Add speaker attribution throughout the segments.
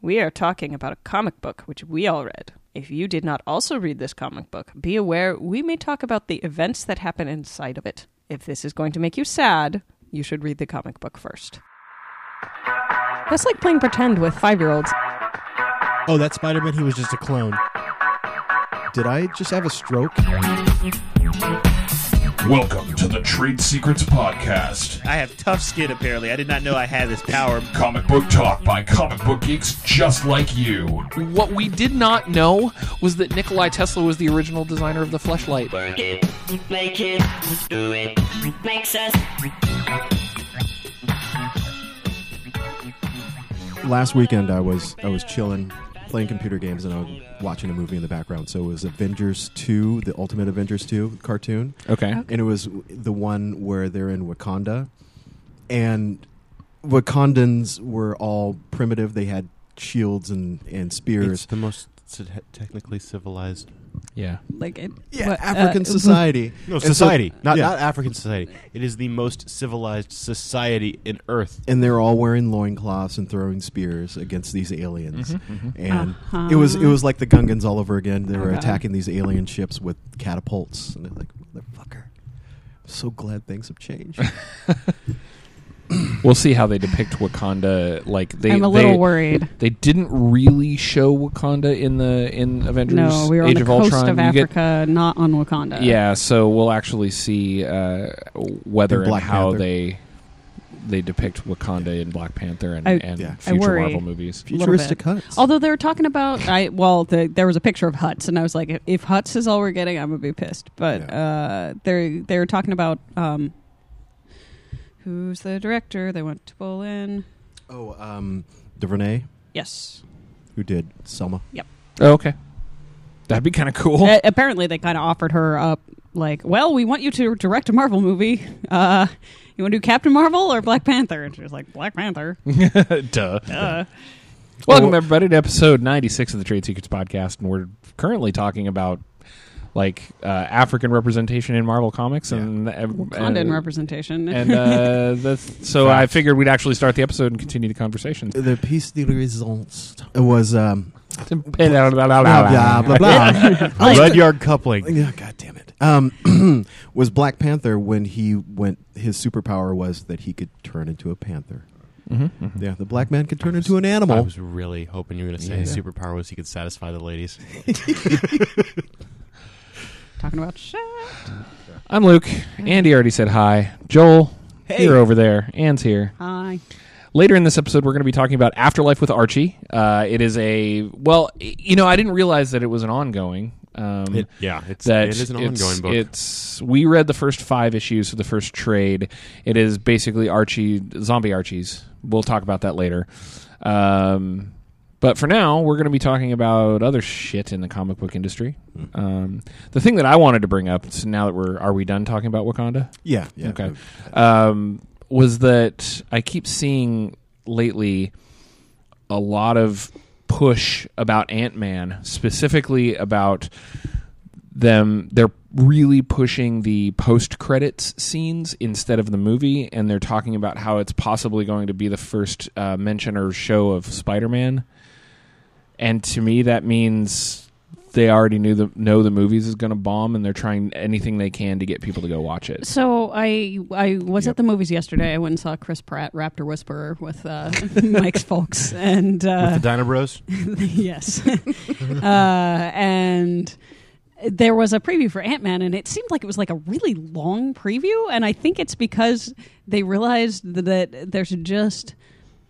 Speaker 1: We are talking about a comic book which we all read. If you did not also read this comic book, be aware we may talk about the events that happen inside of it. If this is going to make you sad, you should read the comic book first. That's like playing pretend with five year olds.
Speaker 2: Oh, that Spider Man, he was just a clone. Did I just have a stroke?
Speaker 3: Welcome to the Trade Secrets Podcast.
Speaker 4: I have tough skin apparently. I did not know I had this power.
Speaker 3: Comic book talk by comic book geeks just like you.
Speaker 5: What we did not know was that Nikolai Tesla was the original designer of the fleshlight.
Speaker 6: Work it, make it, do it, makes us.
Speaker 2: Last weekend, I was I was chilling, playing computer games, and I was watching a movie in the background. So it was Avengers Two, the Ultimate Avengers Two cartoon,
Speaker 5: Okay.
Speaker 2: and it was the one where they're in Wakanda, and Wakandans were all primitive. They had shields and and
Speaker 7: It's
Speaker 2: spears.
Speaker 7: the most c- technically civilized.
Speaker 5: Yeah.
Speaker 1: Like it,
Speaker 2: Yeah,
Speaker 1: what, uh,
Speaker 2: African society.
Speaker 7: No,
Speaker 2: And so-
Speaker 7: society. not,
Speaker 2: yeah.
Speaker 7: not African society. It is the most civilized society in Earth.
Speaker 2: and they're all wearing loincloths and throwing spears against these aliens. And it was it was like the Gungans all over again. They were
Speaker 1: Okay.
Speaker 2: attacking these alien ships with catapults, and they're like, "Motherfucker!" I'm so glad things have changed.
Speaker 5: We'll see how they depict Wakanda. Like they,
Speaker 1: I'm a
Speaker 5: they,
Speaker 1: little worried.
Speaker 5: They didn't really show Wakanda in the in Avengers.
Speaker 8: No, we were
Speaker 5: Age
Speaker 8: on the
Speaker 5: of
Speaker 8: coast of
Speaker 5: Ultron. You get-
Speaker 8: Africa, uh, not on Wakanda.
Speaker 5: yeah, so we'll actually see uh, whether
Speaker 2: In
Speaker 5: and
Speaker 2: Black
Speaker 5: how
Speaker 2: Panther.
Speaker 5: they they depict Wakanda in Black Panther and,
Speaker 8: I-
Speaker 5: and
Speaker 2: Yeah. I
Speaker 5: future
Speaker 8: worry.
Speaker 5: Marvel movies.
Speaker 8: little
Speaker 2: Futuristic
Speaker 8: bit.
Speaker 2: huts.
Speaker 8: Although they were talking about, I well, the, there was a picture of huts, and I was like, if, if huts is all we're getting, I'm gonna be pissed. But uh, they they were talking about um, who's the director? They went to Berlin.
Speaker 2: oh, um, DuVernay,
Speaker 8: Yes.
Speaker 2: who did Selma?
Speaker 5: Oh, okay, that'd be kind of cool.
Speaker 8: A- apparently, they kind of offered her up, like, well, we want you to direct a Marvel movie. Uh, you want to do Captain Marvel or Black Panther? And she was like, Black Panther.
Speaker 5: Duh.
Speaker 8: Duh.
Speaker 5: Welcome everybody to episode 96 of the Trade Secrets podcast and we're currently talking about like uh, African representation in Marvel comics and uh,
Speaker 8: Wakanda in
Speaker 5: uh,
Speaker 8: representation.
Speaker 5: and uh, that's, so I figured we'd actually start the episode and continue the conversation.
Speaker 2: The piece de resistance was um, blah blah
Speaker 5: That's
Speaker 2: blah. Mm-hmm, blah.
Speaker 7: Rudyard coupling.
Speaker 2: Yeah, God damn it. Um, was Black Panther when he went? His superpower was that he could turn into a panther. mm-hmm. Yeah, the black man could turn into an
Speaker 7: I
Speaker 2: animal.
Speaker 7: was really hoping you were going to say his superpower was he could satisfy the ladies.
Speaker 8: talking about shit.
Speaker 5: I'm Luke. Andy already said hi. Joel, you're over there. Anne's here.
Speaker 8: Hi.
Speaker 5: Later in this episode, we're going to be talking about Afterlife with Archie. Uh, it is a well, y- you know, I didn't realize that it was an ongoing. Um,
Speaker 7: It- yeah, it's-
Speaker 5: that
Speaker 7: it is an
Speaker 5: it's-
Speaker 7: ongoing book.
Speaker 5: It's we read the first five issues of the first trade. It is basically Archie, zombie Archies. We'll talk about that later. Um, but for now, we're going to be talking about other shit in the comic book industry. Um, the thing that I wanted to bring up, so now that we're are we done talking about Wakanda?
Speaker 2: Yeah, yeah.
Speaker 5: okay. Um, was that I keep seeing lately a lot of push about Ant Man, specifically about them. They're really pushing the post credits scenes instead of the movie, and they're talking about how it's possibly going to be the first uh, mention or show of Spider Man. And to me, that means they already knew the know the movies is going to bomb, and they're trying anything they can to get people to go watch it.
Speaker 8: So I I was at the movies yesterday. I went and saw Chris Pratt, Raptor Whisperer, with uh, Mike's folks, and uh,
Speaker 7: With the Dino Bros?
Speaker 8: yes, uh, and there was a preview for Ant Man, and it seemed like it was like a really long preview. And I think it's because they realized that there's just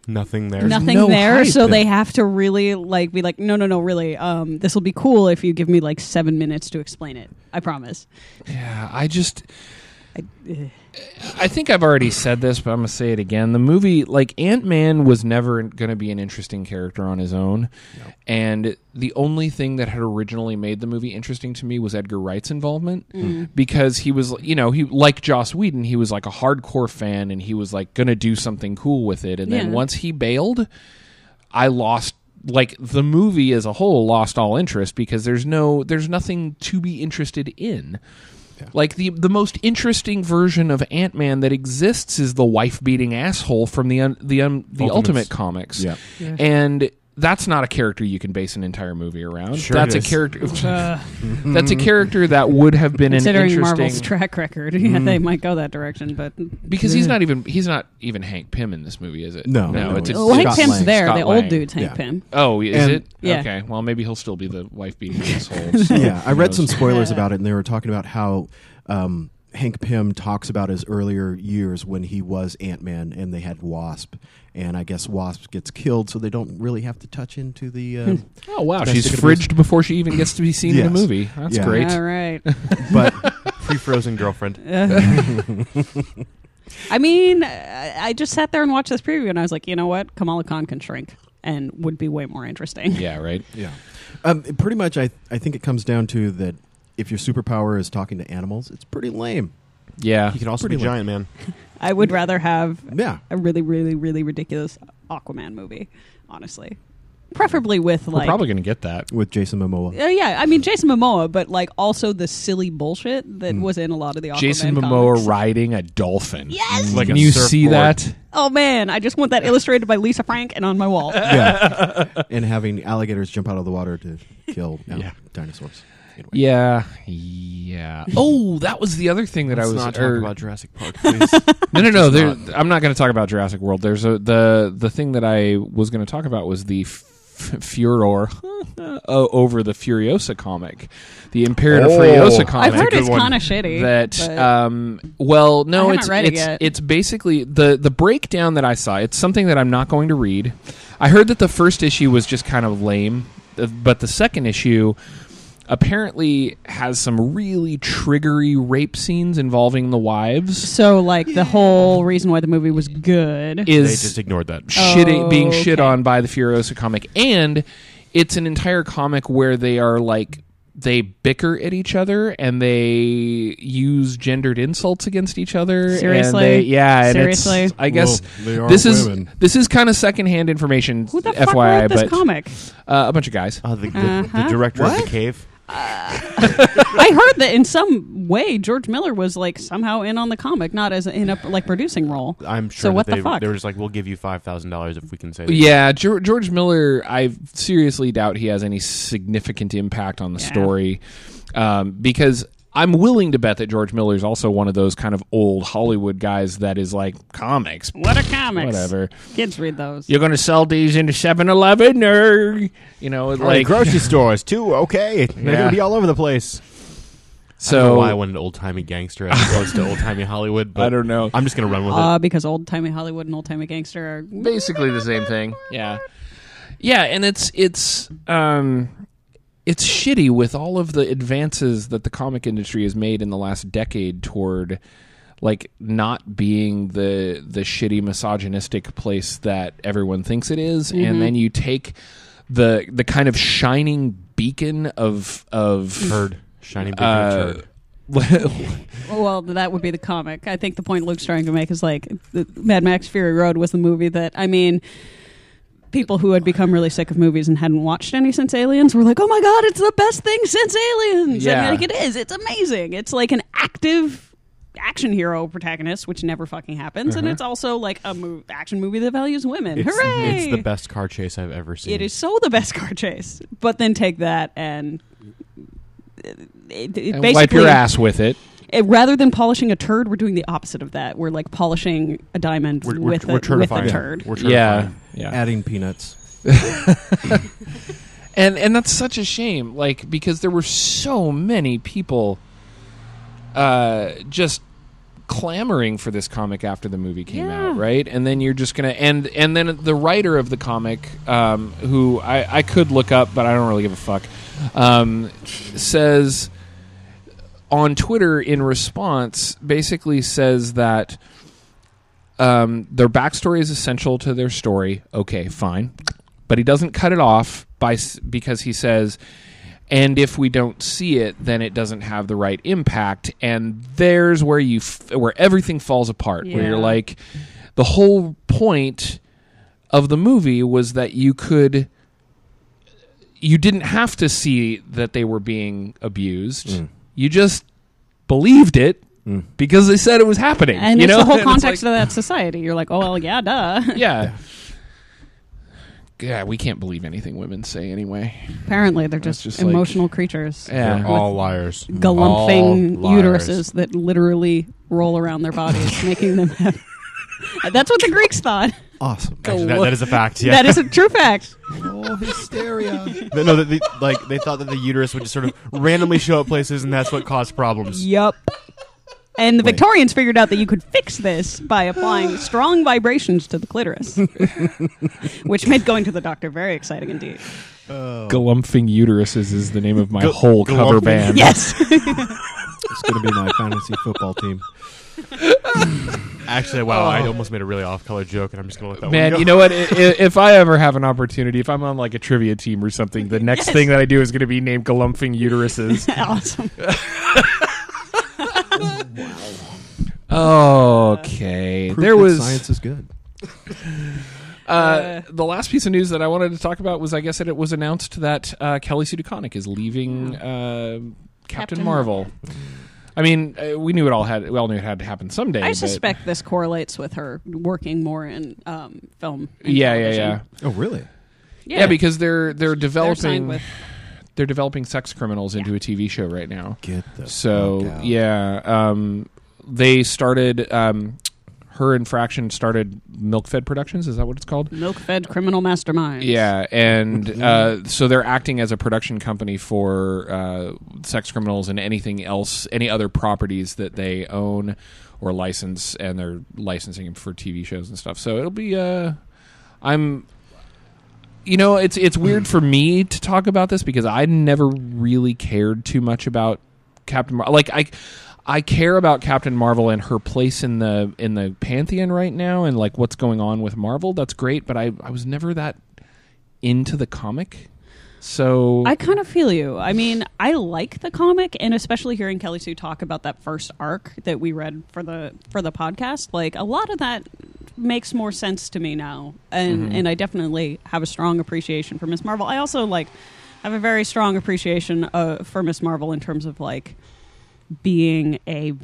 Speaker 7: Nothing there.
Speaker 8: nothing
Speaker 2: no
Speaker 8: there,
Speaker 2: hype
Speaker 8: so
Speaker 2: there.
Speaker 8: they have to really like be like, no, no, no, really, um, this will be cool if you give me like seven minutes to explain it. I promise.
Speaker 5: Yeah, I just
Speaker 8: I, eh.
Speaker 5: I think I've already said this, but I'm gonna say it again. The movie, like Ant Man, was never gonna be an interesting character on his own, and the only thing that had originally made the movie interesting to me was Edgar Wright's involvement because he was, you know, he like Joss Whedon, he was like a hardcore fan, and he was like gonna do something cool with it, and then
Speaker 8: Yeah.
Speaker 5: once he bailed, I lost like the movie as a whole lost all interest because there's no there's nothing to be interested in. Like the the most interesting version of Ant Man that exists is the wife beating asshole from the un, the um, the
Speaker 7: Ultimates.
Speaker 5: Ultimate Comics,
Speaker 2: Yeah.
Speaker 5: and
Speaker 9: that's not a character you can base an entire movie around.
Speaker 7: Sure
Speaker 9: that's
Speaker 7: it
Speaker 9: a
Speaker 7: is.
Speaker 9: character. that's a character that would have been an
Speaker 8: Considering
Speaker 9: interesting Hmm.
Speaker 8: Marvel's track record, yeah, they might go that direction, but
Speaker 9: because he's not even he's not even Hank Pym in this movie, is it?
Speaker 5: No, no,
Speaker 9: it's,
Speaker 5: he's-
Speaker 8: well, Hank
Speaker 5: Scott
Speaker 8: Pym's
Speaker 5: Lang.
Speaker 8: there.
Speaker 9: Scott
Speaker 8: the old
Speaker 9: Lang.
Speaker 8: dude's Hank
Speaker 5: Yeah.
Speaker 8: Pym.
Speaker 9: Oh, is
Speaker 5: And-
Speaker 9: it?
Speaker 8: Yeah.
Speaker 9: Okay. Well, maybe he'll still be the wife beating asshole. so
Speaker 5: yeah, I
Speaker 9: who
Speaker 5: read
Speaker 9: knows?
Speaker 5: some spoilers about it, and they were talking about how um, Hank Pym talks about his earlier years when he was Ant Man and they had Wasp, and I guess Wasp gets killed, so they don't really have to touch into the. Uh,
Speaker 9: Oh wow,
Speaker 5: Domestic
Speaker 9: she's
Speaker 5: abuse.
Speaker 9: fridged before she even gets to be seen in the
Speaker 5: Yes.
Speaker 9: movie. That's
Speaker 5: Yeah.
Speaker 9: great.
Speaker 8: All right.
Speaker 5: but
Speaker 7: pre-frozen girlfriend.
Speaker 8: I mean, I I just sat there and watched this preview, and I was like, you know what? Kamala Khan can shrink and would be way more interesting.
Speaker 9: Yeah, right.
Speaker 5: yeah, um, it pretty much, I I think it comes down to that. If your superpower is talking to animals, it's pretty lame.
Speaker 9: Yeah.
Speaker 7: He can also
Speaker 5: Pretty
Speaker 7: be
Speaker 5: much.
Speaker 7: giant man.
Speaker 8: I would rather have
Speaker 5: Yeah,
Speaker 8: a really, really, really ridiculous Aquaman movie, honestly. Preferably with
Speaker 9: We're
Speaker 8: like.
Speaker 9: probably going to get that.
Speaker 5: with Jason Momoa.
Speaker 8: Uh, yeah, I mean Jason Momoa, but like also the silly bullshit that
Speaker 7: Hmm.
Speaker 8: was in a lot of the Aquaman
Speaker 9: Jason Momoa
Speaker 8: comics.
Speaker 9: riding a dolphin.
Speaker 8: Yes!
Speaker 7: Like
Speaker 9: Can
Speaker 7: a
Speaker 9: you see
Speaker 7: surfboard.
Speaker 9: that?
Speaker 8: Oh man, I just want that illustrated by Lisa Frank and on my wall.
Speaker 5: Yeah, and having alligators jump out of the water to kill uh,
Speaker 9: Yeah.
Speaker 5: dinosaurs. Anyway.
Speaker 9: Yeah, yeah. Oh, that was the other thing that
Speaker 7: Let's
Speaker 9: I was. er- Uh-huh.
Speaker 7: not
Speaker 9: or-
Speaker 7: talk about Jurassic Park, please.
Speaker 9: no, no, no. There, I'm not going to talk about Jurassic World. There's a the the thing that I was going to talk about was the f- f- furor uh, over the Furiosa comic, the Imperator
Speaker 7: Oh.
Speaker 9: Furiosa
Speaker 8: I've
Speaker 9: comic.
Speaker 8: heard it's
Speaker 7: one. uh,
Speaker 8: kind of shitty.
Speaker 9: that
Speaker 8: but-
Speaker 9: um well no
Speaker 8: haven't
Speaker 9: it's
Speaker 8: read it
Speaker 9: it's
Speaker 8: yet.
Speaker 9: it's basically the the breakdown that I saw it's something that I'm not going to read I heard that the first issue was just kind of lame uh, but the second issue apparently has some really triggery rape scenes involving the wives
Speaker 8: so like the whole reason why the movie was good.
Speaker 7: they
Speaker 9: is
Speaker 7: just ignored that.
Speaker 9: shitting, being shit
Speaker 8: Oh, Okay.
Speaker 9: on by the Furiosa comic, and it's an entire comic where they are like they bicker at each other and they use gendered insults against each other. and
Speaker 8: Seriously?
Speaker 9: they- yeah. and it's-
Speaker 8: Seriously?
Speaker 9: I guess
Speaker 5: Well, they are
Speaker 9: this is
Speaker 5: women.
Speaker 9: this is kind of secondhand information.
Speaker 8: Who the
Speaker 9: FYI,
Speaker 8: fuck wrote this
Speaker 9: but
Speaker 8: comic?
Speaker 9: Uh, a bunch of guys.
Speaker 7: Uh, the, the, the director of the cave.
Speaker 8: I heard that in some way George Miller was like somehow in on the comic, not as in a like producing role.
Speaker 7: I'm sure
Speaker 8: So
Speaker 7: that
Speaker 8: what the
Speaker 7: they,
Speaker 8: fuck?
Speaker 7: they were just like, we'll give you five thousand dollars if we can say.
Speaker 9: Yeah, Geor- George Miller. I seriously doubt he has any significant impact on the
Speaker 8: Yeah.
Speaker 9: story, um, because I'm willing to bet that George Miller is also one of those kind of old Hollywood guys that is like comics,
Speaker 8: What a comic!
Speaker 9: whatever.
Speaker 8: Kids read those.
Speaker 9: You're going to sell these into 7-Eleven or you know, like
Speaker 7: grocery stores too. Okay, they're
Speaker 9: Yeah.
Speaker 7: gonna be all over the place. I don't know
Speaker 9: so.
Speaker 7: why I went an old timey gangster as opposed to old timey Hollywood. But
Speaker 9: I don't know.
Speaker 7: I'm just gonna run with
Speaker 8: Uh, because old timey Hollywood and old timey gangster are
Speaker 9: basically the same thing. Yeah. Yeah, and it's it's um it's shitty with all of the advances that the comic industry has made in the last decade toward like not being the the shitty misogynistic place that everyone thinks it is, and then you take the the kind of shining beacon of of
Speaker 7: it. Turd, shiny big
Speaker 9: uh,
Speaker 7: turd.
Speaker 8: Well, that would be the comic. I think the point Luke's trying to make is like the Mad Max Fury Road was the movie that I mean people who had become really sick of movies and hadn't watched any since Aliens were like, "Oh my god, it's the best thing since Aliens."
Speaker 9: Yeah.
Speaker 8: And like it is. It's amazing. It's like an active action hero protagonist, which never fucking happens, and it's also like a mo- action movie that values women.
Speaker 7: Mm-hmm. It's,
Speaker 8: Hooray!
Speaker 7: it's the best car chase I've ever seen.
Speaker 8: It is so the best car chase. But then take that and it, it
Speaker 9: and
Speaker 8: basically
Speaker 9: wipe your ass with it.
Speaker 8: it, rather than polishing a turd, we're doing the opposite of that. We're like polishing a diamond
Speaker 7: We're, we're,
Speaker 8: with,
Speaker 7: we're
Speaker 8: a, with a
Speaker 7: turdifying.
Speaker 8: turd.
Speaker 7: We're
Speaker 9: Yeah,
Speaker 7: turdifying.
Speaker 9: yeah.
Speaker 5: Adding peanuts.
Speaker 9: and and that's such a shame like because there were so many people uh just clamoring for this comic after the movie came out right and then you're just gonna and and then the writer of the comic um who i i could look up but i don't really give a fuck um says on twitter in response basically says that um, their backstory is essential to their story. Okay, fine, but he doesn't cut it off by s- because he says, "And if we don't see it, then it doesn't have the right impact." And there's where you f- where everything falls apart. Where you're
Speaker 8: Yeah.
Speaker 9: like, the whole point of the movie was that you could. You didn't have to see that they were being abused. You just believed it because they said it was happening.
Speaker 8: And
Speaker 9: you
Speaker 8: it's
Speaker 9: know?
Speaker 8: the whole
Speaker 9: And it's like-
Speaker 8: context of that society. You're like, oh well, yeah, duh.
Speaker 9: yeah. yeah, we can't believe anything women say anyway.
Speaker 8: Apparently, they're
Speaker 9: That's just
Speaker 8: just,
Speaker 9: like-
Speaker 8: emotional creatures.
Speaker 9: Yeah.
Speaker 2: They're all liars.
Speaker 8: galumphing
Speaker 2: All liars.
Speaker 8: uteruses that literally roll around their bodies, making them have. That's what the Greeks thought.
Speaker 5: Awesome.
Speaker 2: Actually, that- that is a fact. Yeah.
Speaker 8: That is a true fact.
Speaker 5: oh, hysteria.
Speaker 7: No, no, that the, like they thought that the uterus would just sort of randomly show up places, and that's what caused problems.
Speaker 8: Yup. And the
Speaker 5: Wait.
Speaker 8: Victorians figured out that you could fix this by applying strong vibrations to the clitoris, which made going to the doctor very exciting indeed.
Speaker 9: Galumphing uteruses is the name of my
Speaker 7: Oh. Gal-
Speaker 9: whole cover
Speaker 7: galumphing-
Speaker 9: band.
Speaker 8: Yes.
Speaker 5: It's going to be my fantasy football team.
Speaker 7: Actually, wow, Oh, I almost made a really off-color joke, and I'm just gonna let that
Speaker 9: Man,
Speaker 7: one go.
Speaker 9: you know what? I- i- If I ever have an opportunity, if I'm on like a trivia team or something, the next thing that I do is going to be named Galumphing Uteruses.
Speaker 8: awesome.
Speaker 9: okay.
Speaker 5: Proof
Speaker 9: there
Speaker 5: that
Speaker 9: was
Speaker 5: science is good.
Speaker 9: Uh, the last piece of news that I wanted to talk about was I guess that it was announced that uh, Kelly Sue DeConnick is leaving uh, Captain,
Speaker 8: Captain
Speaker 9: Marvel. I mean, uh, we knew it all had we all knew it had to happen someday.
Speaker 8: I
Speaker 9: but-
Speaker 8: suspect this correlates with her working more in um, film. and
Speaker 9: Yeah, yeah, yeah,
Speaker 8: television.
Speaker 9: yeah,
Speaker 5: Oh, really?
Speaker 8: Yeah.
Speaker 9: Because they're they're
Speaker 8: They're
Speaker 9: developing
Speaker 8: signed
Speaker 9: they're,
Speaker 8: with
Speaker 9: developing sex criminals into a TV show right now.
Speaker 5: Get the fuck
Speaker 2: Oh,
Speaker 9: So
Speaker 5: out.
Speaker 9: yeah, um, they started. Um, her and Fraction started Milk Fed Productions. Is that what it's called?
Speaker 8: milk-fed criminal masterminds.
Speaker 9: Yeah, and uh, so they're acting as a production company for uh, sex criminals and anything else, any other properties that they own or license, and they're licensing them for TV shows and stuff. So it'll be. Uh, I'm. You know, it's it's
Speaker 2: Hmm.
Speaker 9: weird for me to talk about this because I never really cared too much about Captain Marvel. Like I. I care about Captain Marvel and her place in the in the pantheon right now, and like what's going on with Marvel. That's great, but I, I was never that into the comic. So
Speaker 8: I kind of feel you. I mean, I like the comic, and especially hearing Kelly Sue talk about that first arc that we read for the for the podcast. Like a lot of that makes more sense to me now, and and I definitely have a strong appreciation for Miss Marvel. I also like have a very strong appreciation uh, for Miss Marvel in terms of like being a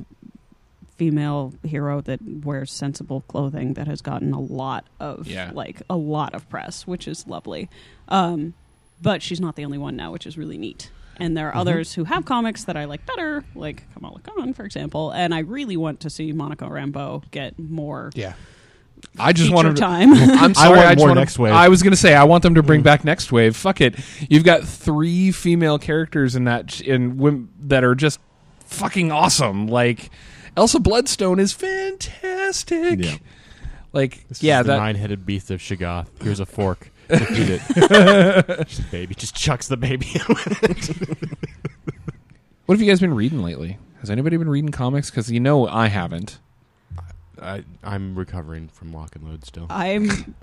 Speaker 8: female hero that wears sensible clothing that has gotten a lot of
Speaker 9: Yeah.
Speaker 8: like a lot of press, which is lovely. Um, but she's not the only one now, which is really neat. And there are
Speaker 9: Mm-hmm.
Speaker 8: others who have comics that I like better, like Kamala Khan, for example. And I really want to see Monica Rambeau get more
Speaker 9: yeah, I just
Speaker 8: feature
Speaker 9: want to.
Speaker 8: time.
Speaker 9: I'm sorry.
Speaker 7: want
Speaker 9: I, just
Speaker 7: more
Speaker 9: wanna-
Speaker 7: Next Wave. Mm.
Speaker 9: I was gonna say I want them to bring back next wave. Fuck it. You've got three female characters in that sh- in wim- that are just fucking awesome. Like Elsa Bloodstone is fantastic.
Speaker 5: Yeah.
Speaker 9: Like
Speaker 7: This
Speaker 9: yeah,
Speaker 7: is the
Speaker 9: that
Speaker 7: nine-headed beast of Shagath. Here's a fork. Defeat it. Just baby just chucks the baby.
Speaker 9: What have you guys been reading lately? Has anybody been reading comics? Because you know I haven't.
Speaker 7: I, I'm recovering from lock and load still.
Speaker 8: I'm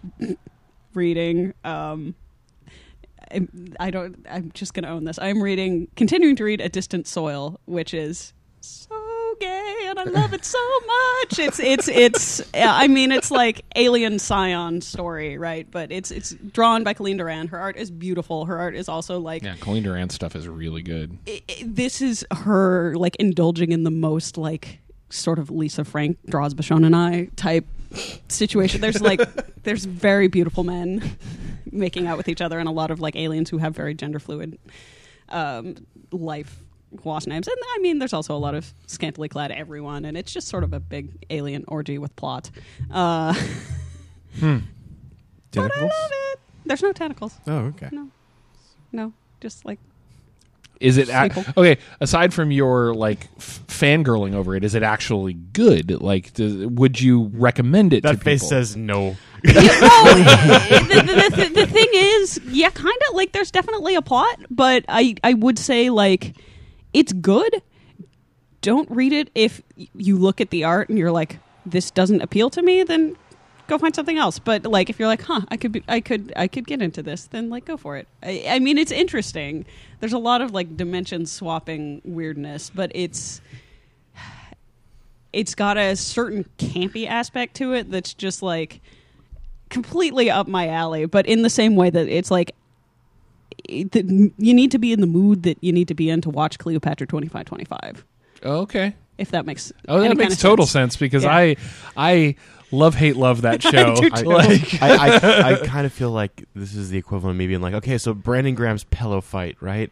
Speaker 8: reading. Um, I'm- I don't. I'm just going to own this. I'm reading, continuing to read "A Distant Soil," which is so gay, and I love it so much. It's it's it's. yeah, I mean, it's like alien scion story, right? But it's it's drawn by Colleen Duran. Her art is beautiful. Her art is also like
Speaker 9: Yeah, Colleen Durant stuff is really good.
Speaker 8: i i- this is her like indulging in the most like sort of Lisa Frank draws Bashan and I type situation. There's like there's very beautiful men making out with each other and a lot of like aliens who have very gender fluid um, life wasp names. And I mean there's also a lot of scantily clad everyone and it's just sort of a big alien orgy with plot. Uh,
Speaker 5: Tentacles?
Speaker 8: there's no tentacles.
Speaker 5: Oh, okay.
Speaker 8: No. No. Just like
Speaker 9: Is it ac
Speaker 8: Staple.
Speaker 9: okay? Aside from your like f- fangirling over it, is it actually good? Like, does, would you recommend it? to
Speaker 7: that face
Speaker 9: people?
Speaker 7: says no.
Speaker 8: well, the, the, the, the thing is, yeah, kind of like there's definitely a plot, but I, I would say like it's good. Don't read it if y- you look at the art and you're like, this doesn't appeal to me, then go find something else. But like if you're like, huh, I could be, I could I could get into this, then like go for it. I, I mean, it's interesting. There's a lot of like dimension swapping weirdness, but it's it's got a certain campy aspect to it that's just like completely up my alley, but in the same way that it's like it, that you need to be in the mood that you need to be in to watch Cleopatra 2525,
Speaker 9: Oh, okay.
Speaker 8: if that makes
Speaker 9: Oh,
Speaker 8: any
Speaker 9: that
Speaker 8: kind
Speaker 9: makes
Speaker 8: of
Speaker 9: total sense, because
Speaker 8: Yeah.
Speaker 9: I I love hate love that show.
Speaker 1: do,
Speaker 9: I-
Speaker 1: too.
Speaker 9: like
Speaker 2: I, I, I kind of feel like this is the equivalent, maybe in like, okay, so Brandon Graham's pillow fight, right?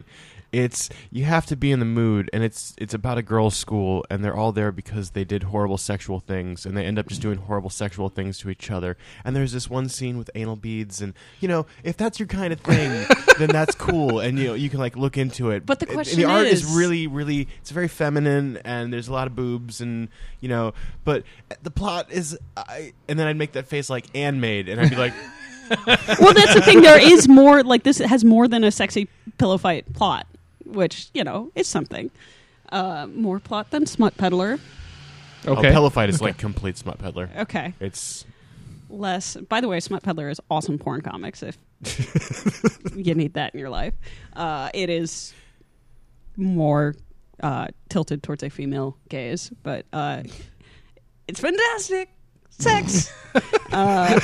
Speaker 2: It's you have to be in the mood, and it's it's about a girls' school, and they're all there because they did horrible sexual things, and they end up just doing horrible sexual things to each other. And there's this one scene with anal beads, and you know, if that's your kind of thing, then that's cool, and you know, you can like look into it.
Speaker 1: But the
Speaker 2: And- and
Speaker 1: question
Speaker 2: the art is
Speaker 1: is-
Speaker 2: really, really, it's very feminine, and there's a lot of boobs, and you know, but the plot is, I, and then I'd make that face like Anne made, and I'd be like.
Speaker 8: well, that's the thing. There is more. Like this has more than a sexy pillow fight plot, which you know is something. Uh, more plot than smut peddler.
Speaker 9: okay.
Speaker 2: Oh, pillow fight is like complete smut peddler.
Speaker 8: Okay,
Speaker 2: It's
Speaker 8: less. By the way, smut peddler is awesome porn comics. If you need that in your life, uh, it is more uh, tilted towards a female gaze, but uh, it's fantastic. Sex. uh,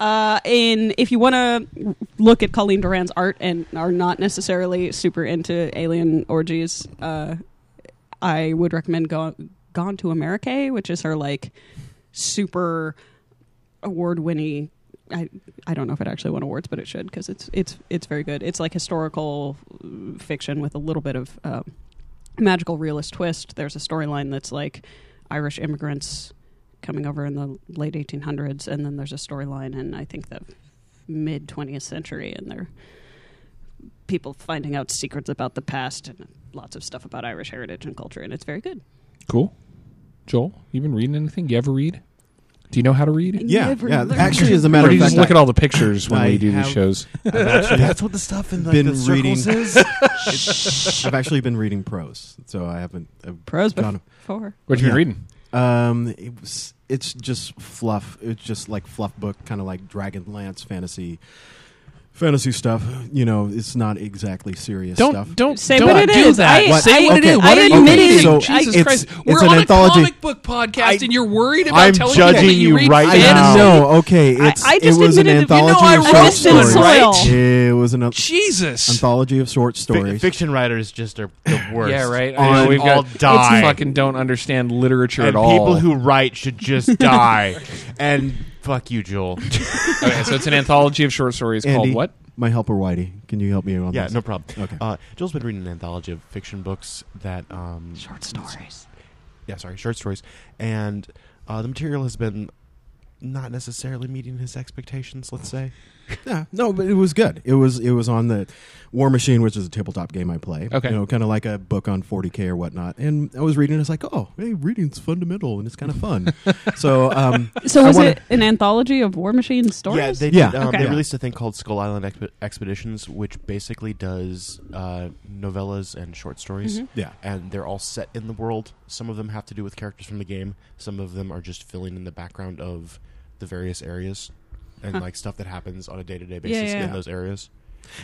Speaker 8: uh, and if you want to look at Colleen Duran's art and are not necessarily super into alien orgies, uh, I would recommend go- Gone to America, which is her like super award winning. I, I don't know if it actually won awards, but it should because it's it's it's very good. It's like historical uh, fiction with a little bit of um, magical realist twist. There's a storyline that's like Irish immigrants coming over in the late 1800s, and then there's a storyline in I think the mid 20th century, and they're people finding out secrets about the past and lots of stuff about Irish heritage and culture, and it's very good.
Speaker 9: Cool. Joel, you been reading anything? You ever read? Do you know how to read?
Speaker 5: Yeah,
Speaker 8: Never
Speaker 5: yeah.
Speaker 8: learned.
Speaker 5: Actually, as a
Speaker 9: Or
Speaker 5: matter
Speaker 9: do
Speaker 5: of
Speaker 9: you
Speaker 5: fact,
Speaker 9: just look at all the pictures when
Speaker 5: I
Speaker 9: we do these
Speaker 5: have-
Speaker 9: shows?
Speaker 2: that's what the stuff in like,
Speaker 5: Been
Speaker 2: the circles
Speaker 5: reading-
Speaker 2: is.
Speaker 5: I've actually been reading prose, so I haven't. I've
Speaker 8: Prose
Speaker 5: gone-
Speaker 8: before.
Speaker 9: What you
Speaker 5: Yeah.
Speaker 9: been reading?
Speaker 5: Um, it was, it's just fluff. It's just like fluff book, kind of like Dragonlance fantasy, fantasy stuff. You know, it's not exactly serious
Speaker 9: Don't
Speaker 5: stuff.
Speaker 9: don't
Speaker 8: Say
Speaker 9: don't
Speaker 8: what it
Speaker 9: do
Speaker 8: is.
Speaker 9: That.
Speaker 8: I-
Speaker 9: Say
Speaker 8: I-
Speaker 9: what it is.
Speaker 5: okay,
Speaker 9: What are you
Speaker 5: okay,
Speaker 9: reading?
Speaker 5: so
Speaker 9: Jesus
Speaker 5: it's-
Speaker 9: Christ!
Speaker 5: it's
Speaker 9: We're
Speaker 5: an
Speaker 9: on
Speaker 5: anthology.
Speaker 9: a comic book podcast,
Speaker 2: I-
Speaker 9: and you're worried about
Speaker 2: I'm
Speaker 9: telling
Speaker 2: judging
Speaker 9: people that you,
Speaker 2: you
Speaker 9: read
Speaker 2: right
Speaker 9: fantasy.
Speaker 2: now.
Speaker 5: No, okay.
Speaker 8: I-
Speaker 5: It's,
Speaker 8: I just
Speaker 5: it was an
Speaker 8: admitted it- you know,
Speaker 5: anthology
Speaker 9: I
Speaker 5: of
Speaker 9: wrote
Speaker 5: short
Speaker 9: this in
Speaker 5: stories.
Speaker 8: soil.
Speaker 5: It was an
Speaker 9: Jesus.
Speaker 5: anthology of short stories.
Speaker 2: fiction writers just are the worst.
Speaker 9: Yeah, right.
Speaker 2: On
Speaker 9: I know, we've
Speaker 2: all
Speaker 9: got
Speaker 2: die.
Speaker 9: fucking don't understand literature
Speaker 2: and
Speaker 9: at all.
Speaker 2: people who write should just die. and fuck you, Joel.
Speaker 9: okay, so it's an anthology of short stories
Speaker 5: Andy,
Speaker 9: called what?
Speaker 5: My helper Whitey, can you help me on
Speaker 2: yeah,
Speaker 5: this?
Speaker 2: no problem.
Speaker 5: Okay.
Speaker 2: Uh, Joel's been reading an anthology of fiction books that um,
Speaker 8: Short stories.
Speaker 2: yeah, sorry, short stories, and uh, the material has been not necessarily meeting his expectations. Let's say.
Speaker 5: Yeah, no, but it was good. It was it was on the War Machine, which is a tabletop game I play.
Speaker 9: Okay.
Speaker 5: you know, kind of like a book on 40k or whatnot. And I was reading, it's like, oh, hey, reading's fundamental and it's kind of fun. so, um,
Speaker 8: So
Speaker 5: I
Speaker 8: was
Speaker 5: wanna-
Speaker 8: it an anthology of War Machine stories?
Speaker 2: Yeah, they,
Speaker 5: Yeah.
Speaker 2: Did, um,
Speaker 8: Okay.
Speaker 2: they
Speaker 8: Yeah.
Speaker 2: released a thing called Skull Island Exp- Expeditions, which basically does uh, novellas and short stories.
Speaker 8: Mm-hmm.
Speaker 5: Yeah.
Speaker 2: And they're all set in the world. Some of them have to do with characters from the game, some of them are just filling in the background of the various areas and like stuff that happens on a day to day basis
Speaker 8: yeah.
Speaker 2: in those areas.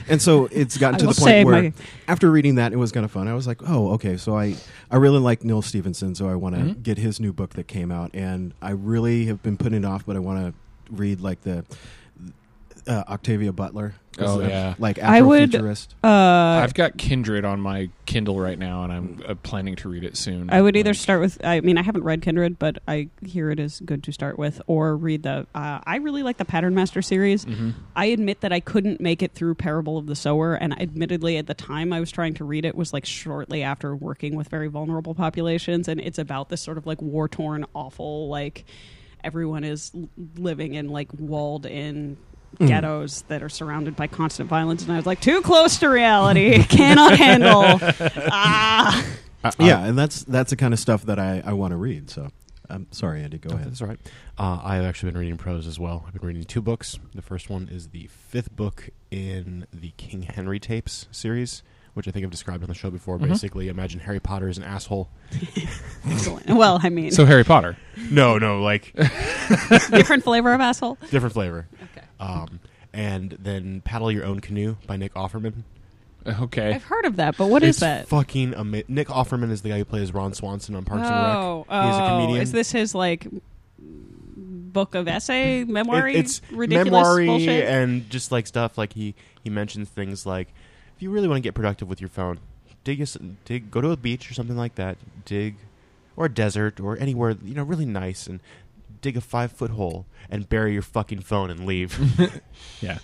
Speaker 5: and so it's gotten
Speaker 8: I
Speaker 5: to the
Speaker 8: will
Speaker 5: point
Speaker 8: say
Speaker 5: where
Speaker 8: my-
Speaker 5: after reading that, it was kind of fun. I was like, oh, okay. So I I really like Neil Stevenson, so I want to
Speaker 9: Mm-hmm.
Speaker 5: get his new book that came out, and I really have been putting it off, but I want to read like the uh, Octavia Butler. 'cause
Speaker 9: Oh,
Speaker 5: I'm,
Speaker 9: yeah.
Speaker 5: like
Speaker 8: I would-
Speaker 5: Afrofuturist.
Speaker 8: Uh,
Speaker 9: I've got Kindred on my Kindle right now, and I'm uh, planning to read it soon.
Speaker 8: I would either
Speaker 9: Like,
Speaker 8: start with. I mean, I haven't read Kindred, but I hear it is good to start with, or read the. Uh, I really like the Pattern Master series.
Speaker 9: mhm.
Speaker 8: I admit that I couldn't make it through Parable of the Sower, and admittedly, at the time I was trying to read it was like shortly after working with very vulnerable populations, and it's about this sort of like war torn, awful, like everyone is l- living in like walled in ghettos that are surrounded by constant violence, and I was like, too close to reality, cannot handle. ah,
Speaker 9: uh,
Speaker 5: yeah, and that's that's the kind of stuff that I, I want to read. So I'm sorry, Andy. Go
Speaker 2: Oh,
Speaker 5: ahead.
Speaker 2: That's all right. Uh, I've actually been reading prose as well. I've been reading two books. The first one is the fifth book in the King Henry tapes series, which I think I've described on the show before.
Speaker 8: Mm-hmm.
Speaker 9: Mhm.
Speaker 2: Basically, imagine Harry Potter is an asshole.
Speaker 8: excellent. Well, I mean,
Speaker 9: So Harry Potter.
Speaker 2: No, no, like
Speaker 8: different flavor of asshole.
Speaker 2: different flavor.
Speaker 8: Okay.
Speaker 2: Um, and then Paddle Your Own Canoe by Nick Offerman.
Speaker 9: Okay.
Speaker 8: I've heard of that, but what is
Speaker 2: It's
Speaker 8: that?
Speaker 2: Fucking ama- Nick Offerman is the guy who plays Ron Swanson on Parks and Rec.
Speaker 8: oh,
Speaker 2: He's a
Speaker 8: oh,
Speaker 2: comedian.
Speaker 8: Is this his like book of essay memoir?
Speaker 2: It- it's
Speaker 8: ridiculous
Speaker 2: memoir-y
Speaker 8: bullshit.
Speaker 2: and just like stuff like he he mentions things like if you really want to get productive with your phone, dig a s dig go to a beach or something like that. Dig or a desert or anywhere you know really nice and dig a five foot hole and bury your fucking phone and leave.
Speaker 9: Yeah.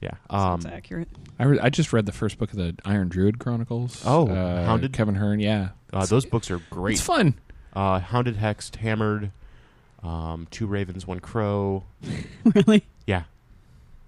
Speaker 2: yeah.
Speaker 8: Sounds
Speaker 2: Um,
Speaker 8: accurate.
Speaker 9: I, re- I just read the first book of the Iron Druid Chronicles.
Speaker 2: Oh,
Speaker 9: uh,
Speaker 2: Hounded?
Speaker 9: Kevin Hearn. Yeah,
Speaker 2: uh, those books are great.
Speaker 9: it's fun.
Speaker 2: Uh, Hounded, Hexed, Hammered, um, Two Ravens, One Crow.
Speaker 8: really?
Speaker 2: Yeah.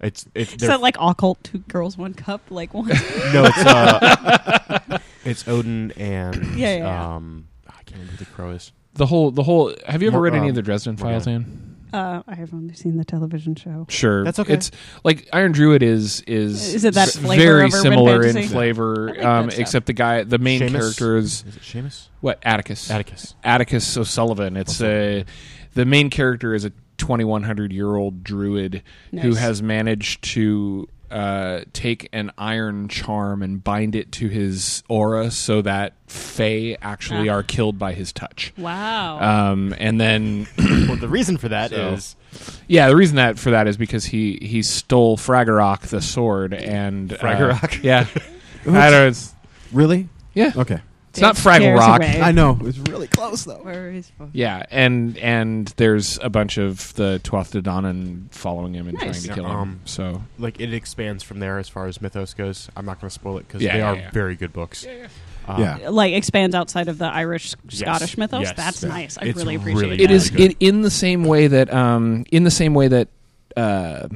Speaker 2: It's it's
Speaker 8: Is that like occult two girls one cup like one?
Speaker 2: no, it's uh, it's Odin and
Speaker 8: Yeah, yeah, yeah.
Speaker 2: um, I can't remember who the crow is.
Speaker 9: The whole the whole. Have you ever
Speaker 2: Mor-
Speaker 9: read any
Speaker 2: um,
Speaker 9: of the Dresden Files, Anne?
Speaker 8: uh, I have only seen the television show.
Speaker 9: Sure,
Speaker 2: That's okay.
Speaker 9: It's like Iron Druid is is
Speaker 8: Is it that
Speaker 9: s-
Speaker 8: flavor
Speaker 9: very
Speaker 8: of urban
Speaker 9: similar in
Speaker 8: fantasy?
Speaker 9: flavor,
Speaker 8: I like
Speaker 9: um,
Speaker 8: that stuff.
Speaker 9: except the guy, the main
Speaker 2: Seamus?
Speaker 9: character is
Speaker 2: Is it Seamus?
Speaker 9: what Atticus.
Speaker 2: Atticus.
Speaker 9: Atticus O'Sullivan. It's a the main character is a 2100 year old druid who
Speaker 8: Nice.
Speaker 9: has managed to uh, take an iron charm and bind it to his aura so that fae actually
Speaker 8: Ah.
Speaker 9: are killed by his touch.
Speaker 8: Wow.
Speaker 5: Uh,
Speaker 9: Um, and then
Speaker 2: well, the reason for that is
Speaker 9: So- yeah, the reason that for that is because he he stole Fragorock the sword and uh,
Speaker 2: Fragorock?
Speaker 9: yeah, I don't. know, It's,
Speaker 5: Really?
Speaker 9: yeah,
Speaker 5: Okay.
Speaker 9: it's not
Speaker 8: It tears
Speaker 9: Fragorock.
Speaker 8: away.
Speaker 5: I know. It's really close though.
Speaker 8: Where is fuck?
Speaker 9: Yeah, and and there's a bunch of the Twelfth Dadan following him and trying
Speaker 8: Nice.
Speaker 9: to kill
Speaker 2: Um,
Speaker 9: him. So
Speaker 2: like it expands from there as far as mythos goes. I'm not going to spoil it because
Speaker 9: Yeah,
Speaker 2: they
Speaker 9: yeah,
Speaker 2: are
Speaker 9: yeah.
Speaker 2: very good books.
Speaker 7: Ah,
Speaker 2: Uh,
Speaker 5: yeah.
Speaker 8: Like expands outside of the Irish Scottish mythos.
Speaker 7: Yes.
Speaker 8: That's
Speaker 7: Yeah.
Speaker 8: nice. I
Speaker 2: It's
Speaker 8: really
Speaker 2: really
Speaker 8: appreciate
Speaker 2: good.
Speaker 9: it
Speaker 8: that.
Speaker 9: is
Speaker 2: good.
Speaker 9: it, in the same way that um in the same way that uh,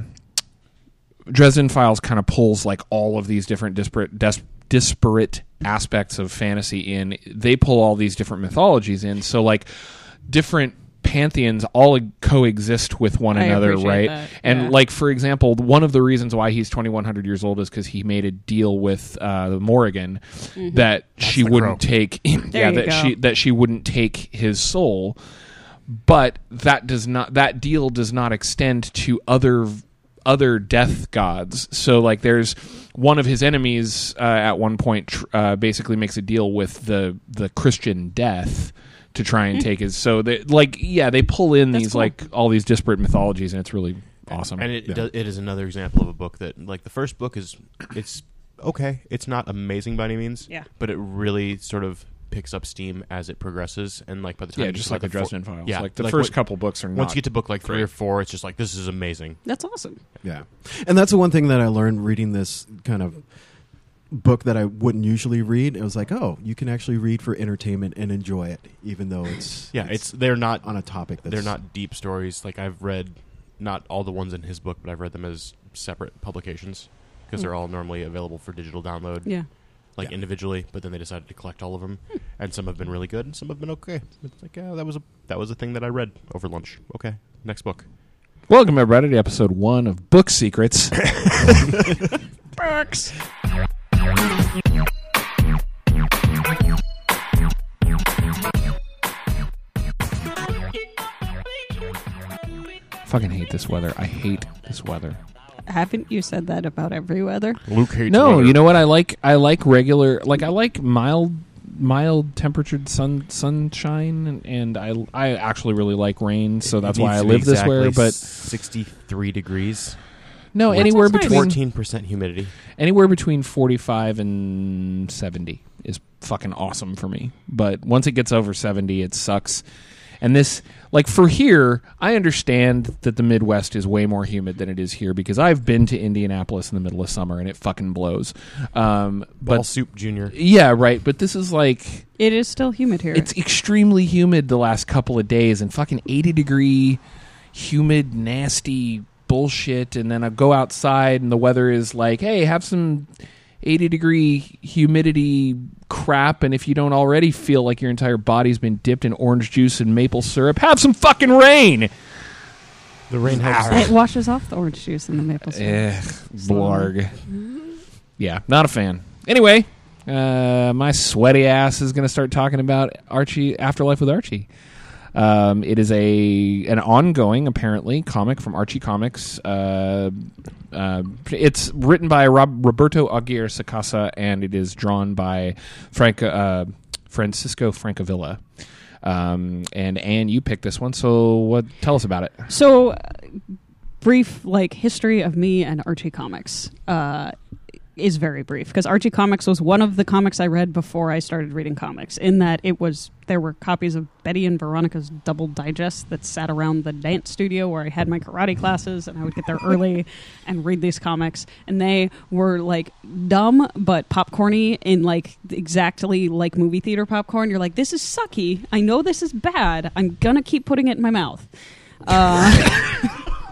Speaker 9: Dresden Files kind of pulls like all of these different disparate des- disparate aspects of fantasy in. They pull all these different mythologies in. So like different pantheons all coexist with one
Speaker 8: I
Speaker 9: another,
Speaker 8: appreciate
Speaker 9: right?
Speaker 8: that,
Speaker 9: And
Speaker 8: yeah.
Speaker 9: like. like for example one of the reasons why he's 2100 years old is because he made a deal with uh, morrigan that she
Speaker 2: the
Speaker 9: wouldn't
Speaker 2: crow.
Speaker 9: take yeah
Speaker 8: Mm-hmm. you
Speaker 9: that
Speaker 8: go.
Speaker 9: she that she wouldn't take his soul but that does not that deal does not extend to other other death gods so like there's one of his enemies uh, at one point tr- uh, basically makes a deal with the the christian death to try and
Speaker 8: Mm-hmm.
Speaker 9: take his so they like yeah they pull in
Speaker 8: That's
Speaker 9: these
Speaker 8: cool.
Speaker 9: like all these disparate mythologies and it's really awesome
Speaker 2: and it
Speaker 5: Yeah.
Speaker 2: does, it is another example of a book that like the first book is it's okay. It's not amazing by any means.
Speaker 8: Yeah.
Speaker 2: but it really sort of picks up steam as it progresses, and like by the time
Speaker 9: yeah,
Speaker 2: you
Speaker 9: just
Speaker 2: get
Speaker 9: like the
Speaker 2: to
Speaker 9: Dresden
Speaker 2: four-
Speaker 9: Files.
Speaker 2: Yeah,
Speaker 9: like the first
Speaker 2: what-
Speaker 9: couple books are not.
Speaker 2: Once you get to book like three or four, it's just like this is amazing.
Speaker 8: That's awesome.
Speaker 5: Yeah. And that's the one thing that I learned reading this kind of book that I wouldn't usually read. It was like, oh, you can actually read for entertainment and enjoy it, even though it's
Speaker 2: Yeah, it's they're not
Speaker 5: on a topic that's
Speaker 2: they're not deep stories. Like I've read not all the ones in his book, but I've read them as separate publications
Speaker 8: Hmm.
Speaker 2: because they're all normally available for digital download,
Speaker 8: Yeah.
Speaker 2: like individually. But then they decided to collect all of them,
Speaker 9: Hmm.
Speaker 2: and some have been really good, and some have been okay. It's like yeah, that was a that was a thing that I read over lunch. Okay, next book.
Speaker 9: Welcome everybody to episode one of Book Secrets. Fucking hate this weather. I hate this weather.
Speaker 8: Haven't you said that about every weather?
Speaker 2: Luke hates
Speaker 9: No, you know what? I like I like regular like I like mild mild temperatured sun sunshine and, and I I actually really like rain, so that's why I live this way. But
Speaker 2: sixty three degrees,
Speaker 9: no,
Speaker 2: That
Speaker 9: anywhere
Speaker 8: sounds nice.
Speaker 9: between
Speaker 2: fourteen percent humidity.
Speaker 9: anywhere between 45 and 70 is fucking awesome for me but once it gets over 70 it sucks and this like for here i understand that the midwest is way more humid than it is here because i've been to indianapolis in the middle of summer and it fucking blows um,
Speaker 2: Ball
Speaker 9: but
Speaker 2: soup, Junior.
Speaker 9: yeah right but this is like
Speaker 8: It is still humid here.
Speaker 9: it's extremely humid the last couple of days and fucking 80 degree humid nasty bullshit and then I go outside and the weather is like, "Hey, have some 80 degree humidity crap and if you don't already feel like your entire body's been dipped in orange juice and maple syrup, have some fucking rain."
Speaker 2: The rain helps.
Speaker 8: it washes off the orange juice and the maple syrup.
Speaker 9: Eh, blarg. Yeah, not a fan. Anyway, uh, my sweaty ass is going to start talking about Archie Afterlife with Archie. Um, it is a an ongoing apparently comic from Archie Comics. Uh, uh, it's written by Rob, Roberto Aguirre Sacasa and it is drawn by Frank uh, Francisco Francavilla. Um, and Anne, you picked this one, so what? Tell us about it.
Speaker 8: So, uh, brief like history of me and Archie Comics. Uh, is very brief because Archie Comics was one of the comics I read before I started reading comics. In that it was there were copies of Betty and Veronica's Double Digest that sat around the dance studio where I had my karate classes, and I would get there early and read these comics. And they were like dumb but popcorny in like exactly like movie theater popcorn. You're like, this is sucky. I know this is bad. I'm gonna keep putting it in my mouth. Uh,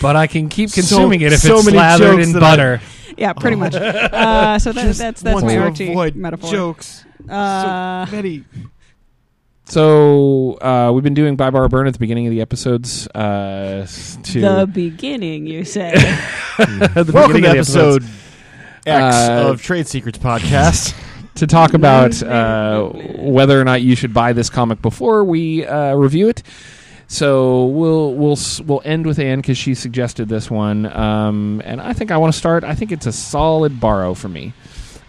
Speaker 9: But I can keep
Speaker 7: So-
Speaker 9: consuming it if
Speaker 7: so
Speaker 9: it's
Speaker 7: many
Speaker 9: slathered
Speaker 7: jokes
Speaker 9: in
Speaker 7: that I-
Speaker 9: butter.
Speaker 8: Yeah, pretty much. Uh, so that, that's that's
Speaker 2: want
Speaker 8: my
Speaker 2: to
Speaker 8: Archie
Speaker 2: avoid
Speaker 8: metaphor.
Speaker 2: Jokes.
Speaker 8: Uh,
Speaker 2: Many.
Speaker 9: So uh, we've been doing By Bar Burn at the beginning of the episodes. Uh, s- to
Speaker 8: the beginning, you say.
Speaker 9: at the
Speaker 2: Welcome
Speaker 9: beginning
Speaker 2: to
Speaker 9: of the episodes.
Speaker 2: episode X
Speaker 9: Uh,
Speaker 2: of Trade Secrets Podcast.
Speaker 9: to talk about uh, whether or not you should buy this comic before we uh, review it. So we'll we'll s- we'll end with Anne because she suggested this one, um, and I think I want to start. I think it's a solid borrow for me.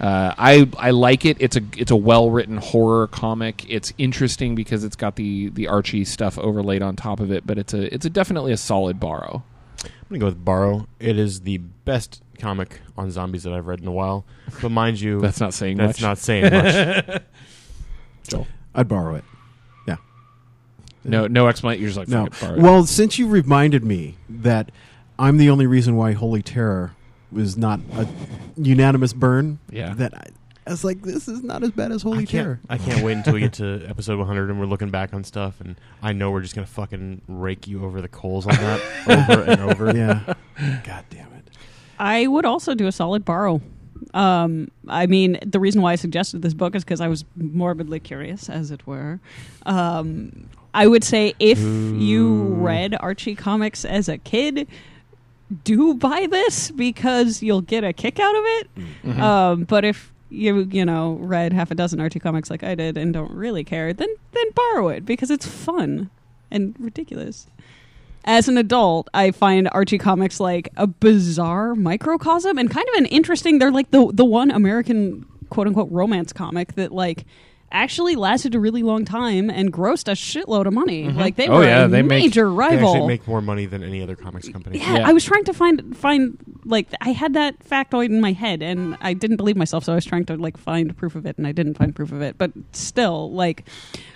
Speaker 9: Uh, I I like it. It's a it's a well written horror comic. It's interesting because it's got the the Archie stuff overlaid on top of it, but it's a it's a definitely a solid borrow.
Speaker 2: I'm gonna go with Borrow. It is the best comic on zombies that I've read in a while. But mind you,
Speaker 9: That's not saying
Speaker 2: that's
Speaker 9: much.
Speaker 2: not saying much.
Speaker 5: I'd borrow it.
Speaker 9: no no explanation. You're just like
Speaker 5: No.
Speaker 9: "Fuck it, borrow it."
Speaker 5: Well, since you reminded me that I'm the only reason why Holy Terror was not a unanimous burn,
Speaker 9: Yeah.
Speaker 5: that I, I was like, this is not as bad as
Speaker 2: I
Speaker 5: Holy
Speaker 2: can't.
Speaker 5: Terror.
Speaker 2: I can't wait until we get to episode 100 and we're looking back on stuff, and I know we're just gonna fucking rake you over the coals on that over and over.
Speaker 5: yeah. God damn it.
Speaker 8: I would also do a solid borrow. Um, I mean, the reason why I suggested this book is because I was morbidly curious, as it were. Um, I would say if you
Speaker 2: Mm.
Speaker 8: read Archie comics as a kid, do buy this because you'll get a kick out of it.
Speaker 9: Mm-hmm.
Speaker 8: Um, but if you you know read half a dozen Archie comics like I did and don't really care, then then borrow it because it's fun and ridiculous as an adult, I find Archie comics like a bizarre microcosm and kind of an interesting. They're like the the one American quote unquote romance comic that like actually lasted a really long time and grossed a shitload of money. Like they
Speaker 9: Oh,
Speaker 8: were
Speaker 9: yeah,
Speaker 8: a
Speaker 9: they make-
Speaker 8: major
Speaker 2: They
Speaker 8: rival.
Speaker 2: actually make more money than any other comics company.
Speaker 8: yeah,
Speaker 9: Yeah.
Speaker 8: I was trying to find find like I had that factoid in my head and I didn't believe myself, so I was trying to like find proof of it and I didn't find proof of it. But still, like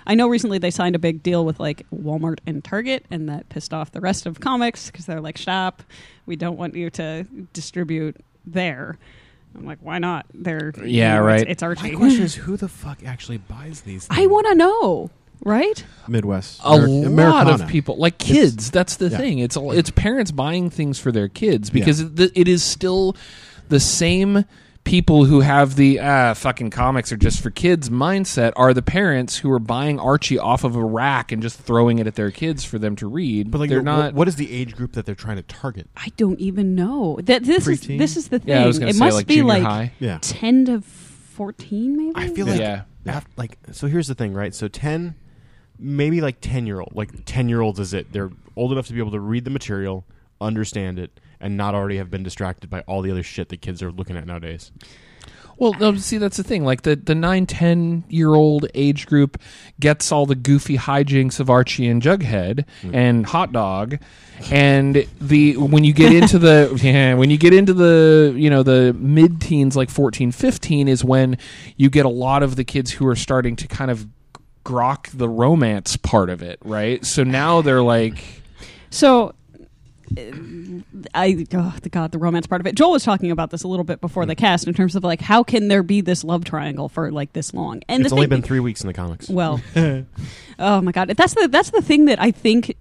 Speaker 8: I know recently they signed a big deal with like Walmart and Target, and that pissed off the rest of comics because they're like, "Stop, we don't want you to distribute there." I'm like, "Why not?" They're
Speaker 9: Yeah,
Speaker 8: you know,
Speaker 9: right.
Speaker 8: It's, it's
Speaker 2: My
Speaker 8: Archie.
Speaker 2: question is, who the fuck actually buys these?
Speaker 8: I want to know, right?
Speaker 5: Midwest.
Speaker 9: a
Speaker 5: Ameri-
Speaker 9: lot of
Speaker 5: Americana.
Speaker 9: people like kids that's the
Speaker 5: yeah.
Speaker 9: thing it's all it's parents buying things for their kids because it, it is still the same people who have the ah, fucking comics are just for kids mindset are the parents who are buying archie off of a rack and just throwing it at their kids for them to read
Speaker 2: But like,
Speaker 9: they're
Speaker 2: wh-
Speaker 9: not
Speaker 2: What is the age group that they're trying to target?
Speaker 8: I don't even know. That this
Speaker 5: Preteen?
Speaker 8: is this is the thing.
Speaker 9: yeah i was gonna
Speaker 8: it
Speaker 9: say
Speaker 8: must
Speaker 9: like
Speaker 8: be
Speaker 9: junior
Speaker 8: like
Speaker 9: high
Speaker 5: Yeah.
Speaker 8: 10 to 14 maybe
Speaker 2: I feel
Speaker 9: yeah,
Speaker 2: like af- like so here's the thing right so 10 maybe like 10 year old like 10 year olds is it they're old enough to be able to read the material understand it and not already have been distracted by all the other shit that kids are looking at nowadays
Speaker 9: Well, no, see, that's the thing. Like the the nine ten year old age group gets all the goofy hijinks of Archie and Jughead and Hot Dog, and the when you get into the yeah, when you get into the you know the mid teens like 14, 15 is when you get a lot of the kids who are starting to kind of grok the romance part of it, right? So now they're like,
Speaker 8: so uh, i oh the god the romance part of it joel was talking about this a little bit
Speaker 2: Hmm.
Speaker 8: before the cast in terms of like how can there be this love triangle for like this long and
Speaker 2: it's
Speaker 8: the
Speaker 2: only
Speaker 8: thing-
Speaker 2: been three weeks in the comics
Speaker 8: well oh my god that's the that's the thing that i think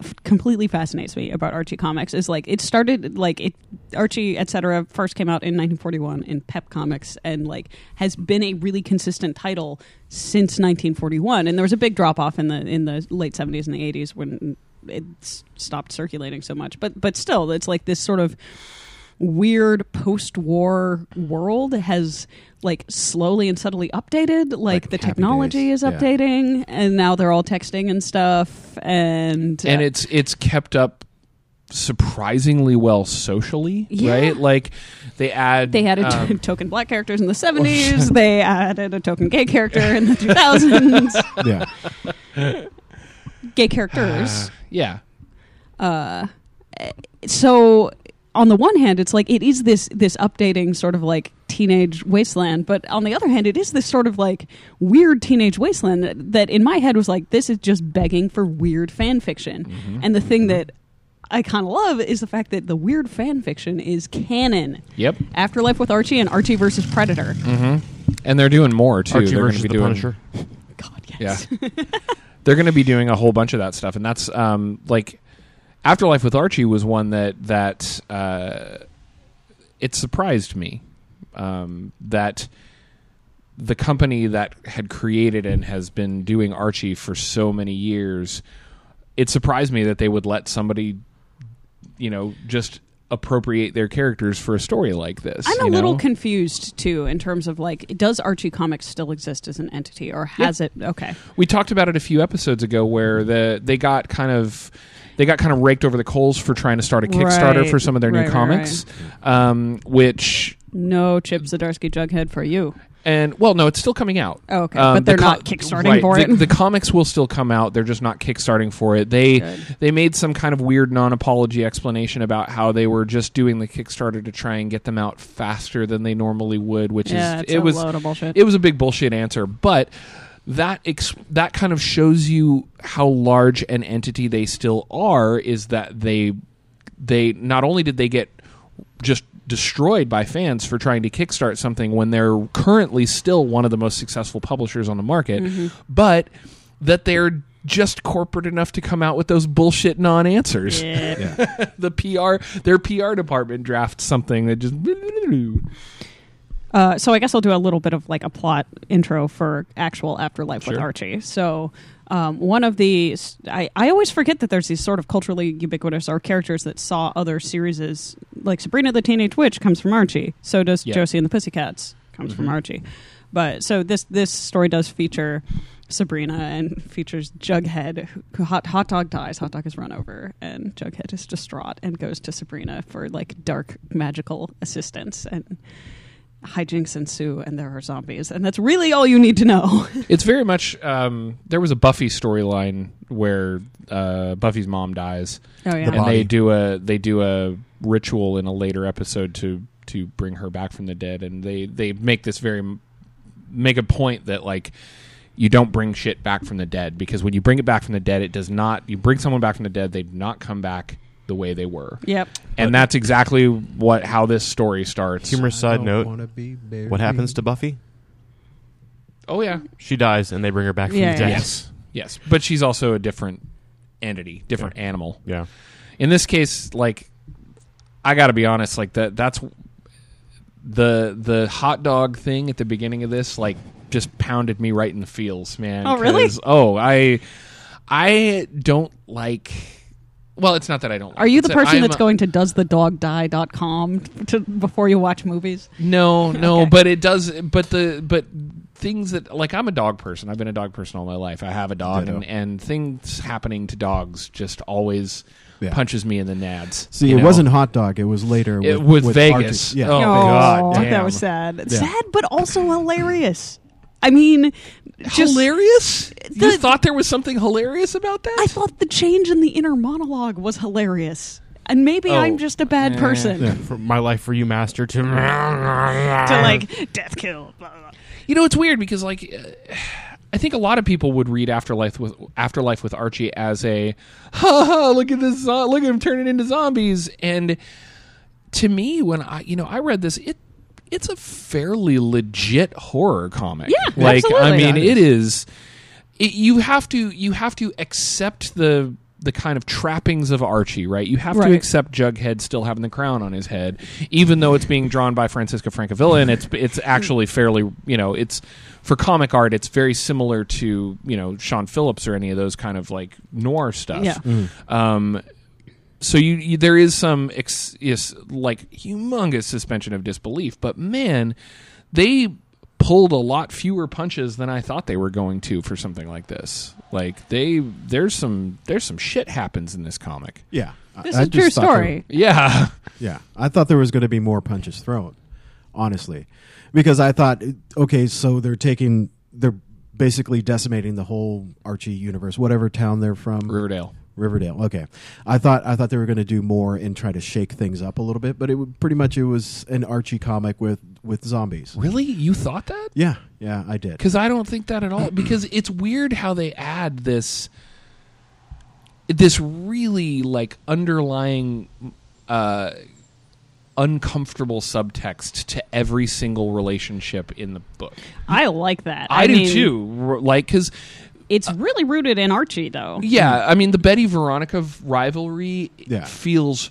Speaker 8: f- completely fascinates me about archie comics is like it started like it archie etc first came out in 1941 in pep comics and like has been a really consistent title since 1941 and there was a big drop off in the in the late 70s and the 80s when it s- stopped circulating so much but but still it's like this sort of weird post-war world has like slowly and subtly updated like,
Speaker 5: Like
Speaker 8: the
Speaker 5: Happy
Speaker 8: technology is
Speaker 5: Days, yeah.
Speaker 8: updating and now they're all texting and stuff and
Speaker 9: and it's it's kept up surprisingly well socially,
Speaker 8: Yeah.
Speaker 9: right? Like they add
Speaker 8: they added
Speaker 9: um,
Speaker 8: token black characters in the 70s they added a token gay character in the 2000s
Speaker 5: Yeah.
Speaker 8: gay characters
Speaker 9: yeah.
Speaker 8: Uh, so on the one hand, it's like it is this this updating sort of like teenage wasteland, but on the other hand, it is this sort of like weird teenage wasteland that, that in my head was like this is just begging for weird fan fiction.
Speaker 9: Mm-hmm.
Speaker 8: And the thing that I kind of love is the fact that the weird fan fiction is canon.
Speaker 9: Yep.
Speaker 8: Afterlife with Archie and Archie versus Predator.
Speaker 9: Mm. And they're doing more too.
Speaker 2: Archie
Speaker 9: they're gonna
Speaker 2: versus
Speaker 9: be
Speaker 2: the
Speaker 9: doing-
Speaker 2: Punisher.
Speaker 8: God, yes.
Speaker 9: Yeah. They're going to be doing a whole bunch of that stuff, and that's um, like Afterlife with Archie was one that that uh, it surprised me um, that the company that had created and has been doing Archie for so many years, it surprised me that they would let somebody, you know, just appropriate their characters for a story like this.
Speaker 8: I'm a
Speaker 9: you
Speaker 8: little
Speaker 9: know?
Speaker 8: confused too in terms of like, does Archie Comics still exist as an entity, or has it? Okay,
Speaker 9: we talked about it a few episodes ago where the they got kind of they got kind of raked over the coals for trying to start a Kickstarter
Speaker 8: Right.
Speaker 9: for some of their
Speaker 8: Right,
Speaker 9: new
Speaker 8: right,
Speaker 9: comics, Um, which
Speaker 8: no Chip Zdarsky Jughead for you.
Speaker 9: and well, no, it's still coming out.
Speaker 8: Oh, okay.
Speaker 9: Um,
Speaker 8: But they're
Speaker 9: the
Speaker 8: not kickstarting
Speaker 9: right,
Speaker 8: for
Speaker 9: the-
Speaker 8: it?
Speaker 9: The comics will still come out. They're just not kickstarting for it. They
Speaker 8: Good.
Speaker 9: they made some kind of weird non-apology explanation about how they were just doing the Kickstarter to try and get them out faster than they normally would, which
Speaker 8: yeah,
Speaker 9: is
Speaker 8: it's
Speaker 9: it
Speaker 8: a
Speaker 9: was
Speaker 8: load of bullshit.
Speaker 9: it was a big bullshit answer, but that ex- that kind of shows you how large an entity they still are. Is that they they not only did they get just destroyed by fans for trying to kickstart something when they're currently still one of the most successful publishers on the market, but that they're just corporate enough to come out with those bullshit non-answers. the PR, their PR department drafts something that just
Speaker 8: Uh, so I guess I'll do a little bit of like a plot intro for actual Afterlife with
Speaker 9: Sure.
Speaker 8: Archie. So um, one of the I, I always forget that there's these sort of culturally ubiquitous or characters that saw other series like Sabrina the Teenage Witch comes from Archie. So does
Speaker 9: Yeah. Mm-hmm.
Speaker 8: Josie and the Pussycats comes from Archie. But so this this story does feature Sabrina and features Jughead. Who, hot hot dog dies. Hot dog is run over, and Jughead is distraught and goes to Sabrina for like dark magical assistance and hijinks ensue and there are zombies and that's really all you need to know
Speaker 9: It's very much. Um, there was a Buffy storyline where uh, Buffy's mom dies,
Speaker 8: oh
Speaker 9: and
Speaker 8: yeah
Speaker 9: they do a they do a ritual in a later episode to to bring her back from the dead, and they they make this very make a point that like you don't bring shit back from the dead because when you bring it back from the dead, it does not. You bring someone back from the dead, they do not come back the way they were,
Speaker 8: yep
Speaker 9: and that's exactly what how this story starts.
Speaker 2: Humorous side note: What happens to Buffy?
Speaker 9: Oh yeah,
Speaker 2: She dies, and they bring her back from
Speaker 8: Yeah,
Speaker 2: the
Speaker 8: yeah,
Speaker 2: dead.
Speaker 8: yeah.
Speaker 9: yes, yes, but she's also a different entity, different animal.
Speaker 2: Yeah.
Speaker 9: in this case like i gotta be honest like that that's the the hot dog thing at the beginning of this like just pounded me right in the feels man
Speaker 8: Oh, really?
Speaker 9: 'cause- oh i i don't like well it's not that i don't like
Speaker 8: are you
Speaker 9: it's
Speaker 8: the
Speaker 9: that
Speaker 8: person
Speaker 9: I'm
Speaker 8: that's
Speaker 9: a-
Speaker 8: going to does the dog die.com to, before you watch movies
Speaker 9: no no
Speaker 8: Okay.
Speaker 9: but it does but the but things that like i'm a dog person i've been a dog person all my life i have a dog
Speaker 5: Ditto.
Speaker 9: and, and things happening to dogs just always
Speaker 5: Yeah.
Speaker 9: punches me in the nads
Speaker 5: See,
Speaker 9: you
Speaker 5: it
Speaker 9: know?
Speaker 5: wasn't hot dog. It was later.
Speaker 9: It
Speaker 5: with,
Speaker 9: was Vegas.
Speaker 5: Archie. Yeah.
Speaker 9: Oh, God
Speaker 8: Aw,
Speaker 9: damn.
Speaker 8: that was sad
Speaker 5: Yeah.
Speaker 8: sad but also hilarious i mean just
Speaker 9: hilarious?
Speaker 8: the-
Speaker 9: you thought there was something hilarious about that?
Speaker 8: i thought the change in the inner monologue was hilarious and maybe
Speaker 9: Oh.
Speaker 8: i'm just a bad
Speaker 9: Yeah.
Speaker 8: person
Speaker 2: From my life for you, master. To
Speaker 5: Ah.
Speaker 8: to like death kill blah, blah, blah.
Speaker 9: you know, it's weird because like uh, I think a lot of people would read Afterlife with Afterlife with Archie as a ha ha look at this zo- look at him turning into zombies and to me when I you know I read this it it's a fairly legit horror comic.
Speaker 8: Yeah,
Speaker 9: like I
Speaker 8: absolutely.
Speaker 9: mean
Speaker 8: Yeah,
Speaker 9: it
Speaker 8: it
Speaker 9: is it, you have to you have to accept the the kind of trappings of Archie, right? You have to
Speaker 8: Right.
Speaker 9: accept Jughead still having the crown on his head, even though it's being drawn by Francisco Francavilla, and it's it's actually fairly, you know, it's for comic art, it's very similar to you know Sean Phillips or any of those kind of like noir stuff.
Speaker 8: Yeah.
Speaker 9: Um, so you, you there is some ex, yes, like humongous suspension of disbelief, but man, they pulled a lot fewer punches than I thought they were going to for something like this. Like they there's some there's some shit happens in this comic.
Speaker 5: Yeah. I-
Speaker 8: this
Speaker 5: I
Speaker 8: is a
Speaker 5: just
Speaker 8: true
Speaker 5: thought there-
Speaker 8: story
Speaker 9: Yeah.
Speaker 5: yeah, I thought there was going to be more punches thrown, honestly, because I thought, okay, so they're taking they're basically decimating the whole Archie universe, whatever town they're from,
Speaker 9: Riverdale.
Speaker 5: Riverdale. Okay, I thought I thought they were going to do more and try to shake things up a little bit, but it would, pretty much it was an Archie comic with with zombies.
Speaker 9: Really? You thought that?
Speaker 5: Yeah, yeah, I did.
Speaker 9: Because I don't think that at all. Because it's weird how they add this this really like underlying uh, uncomfortable subtext to every single relationship in the book.
Speaker 8: I like that.
Speaker 9: I, do
Speaker 8: mean,
Speaker 9: too. R- Like because
Speaker 8: It's really rooted in Archie, though.
Speaker 9: yeah, I mean the Betty Veronica v- rivalry
Speaker 5: Mm. Yeah.
Speaker 9: feels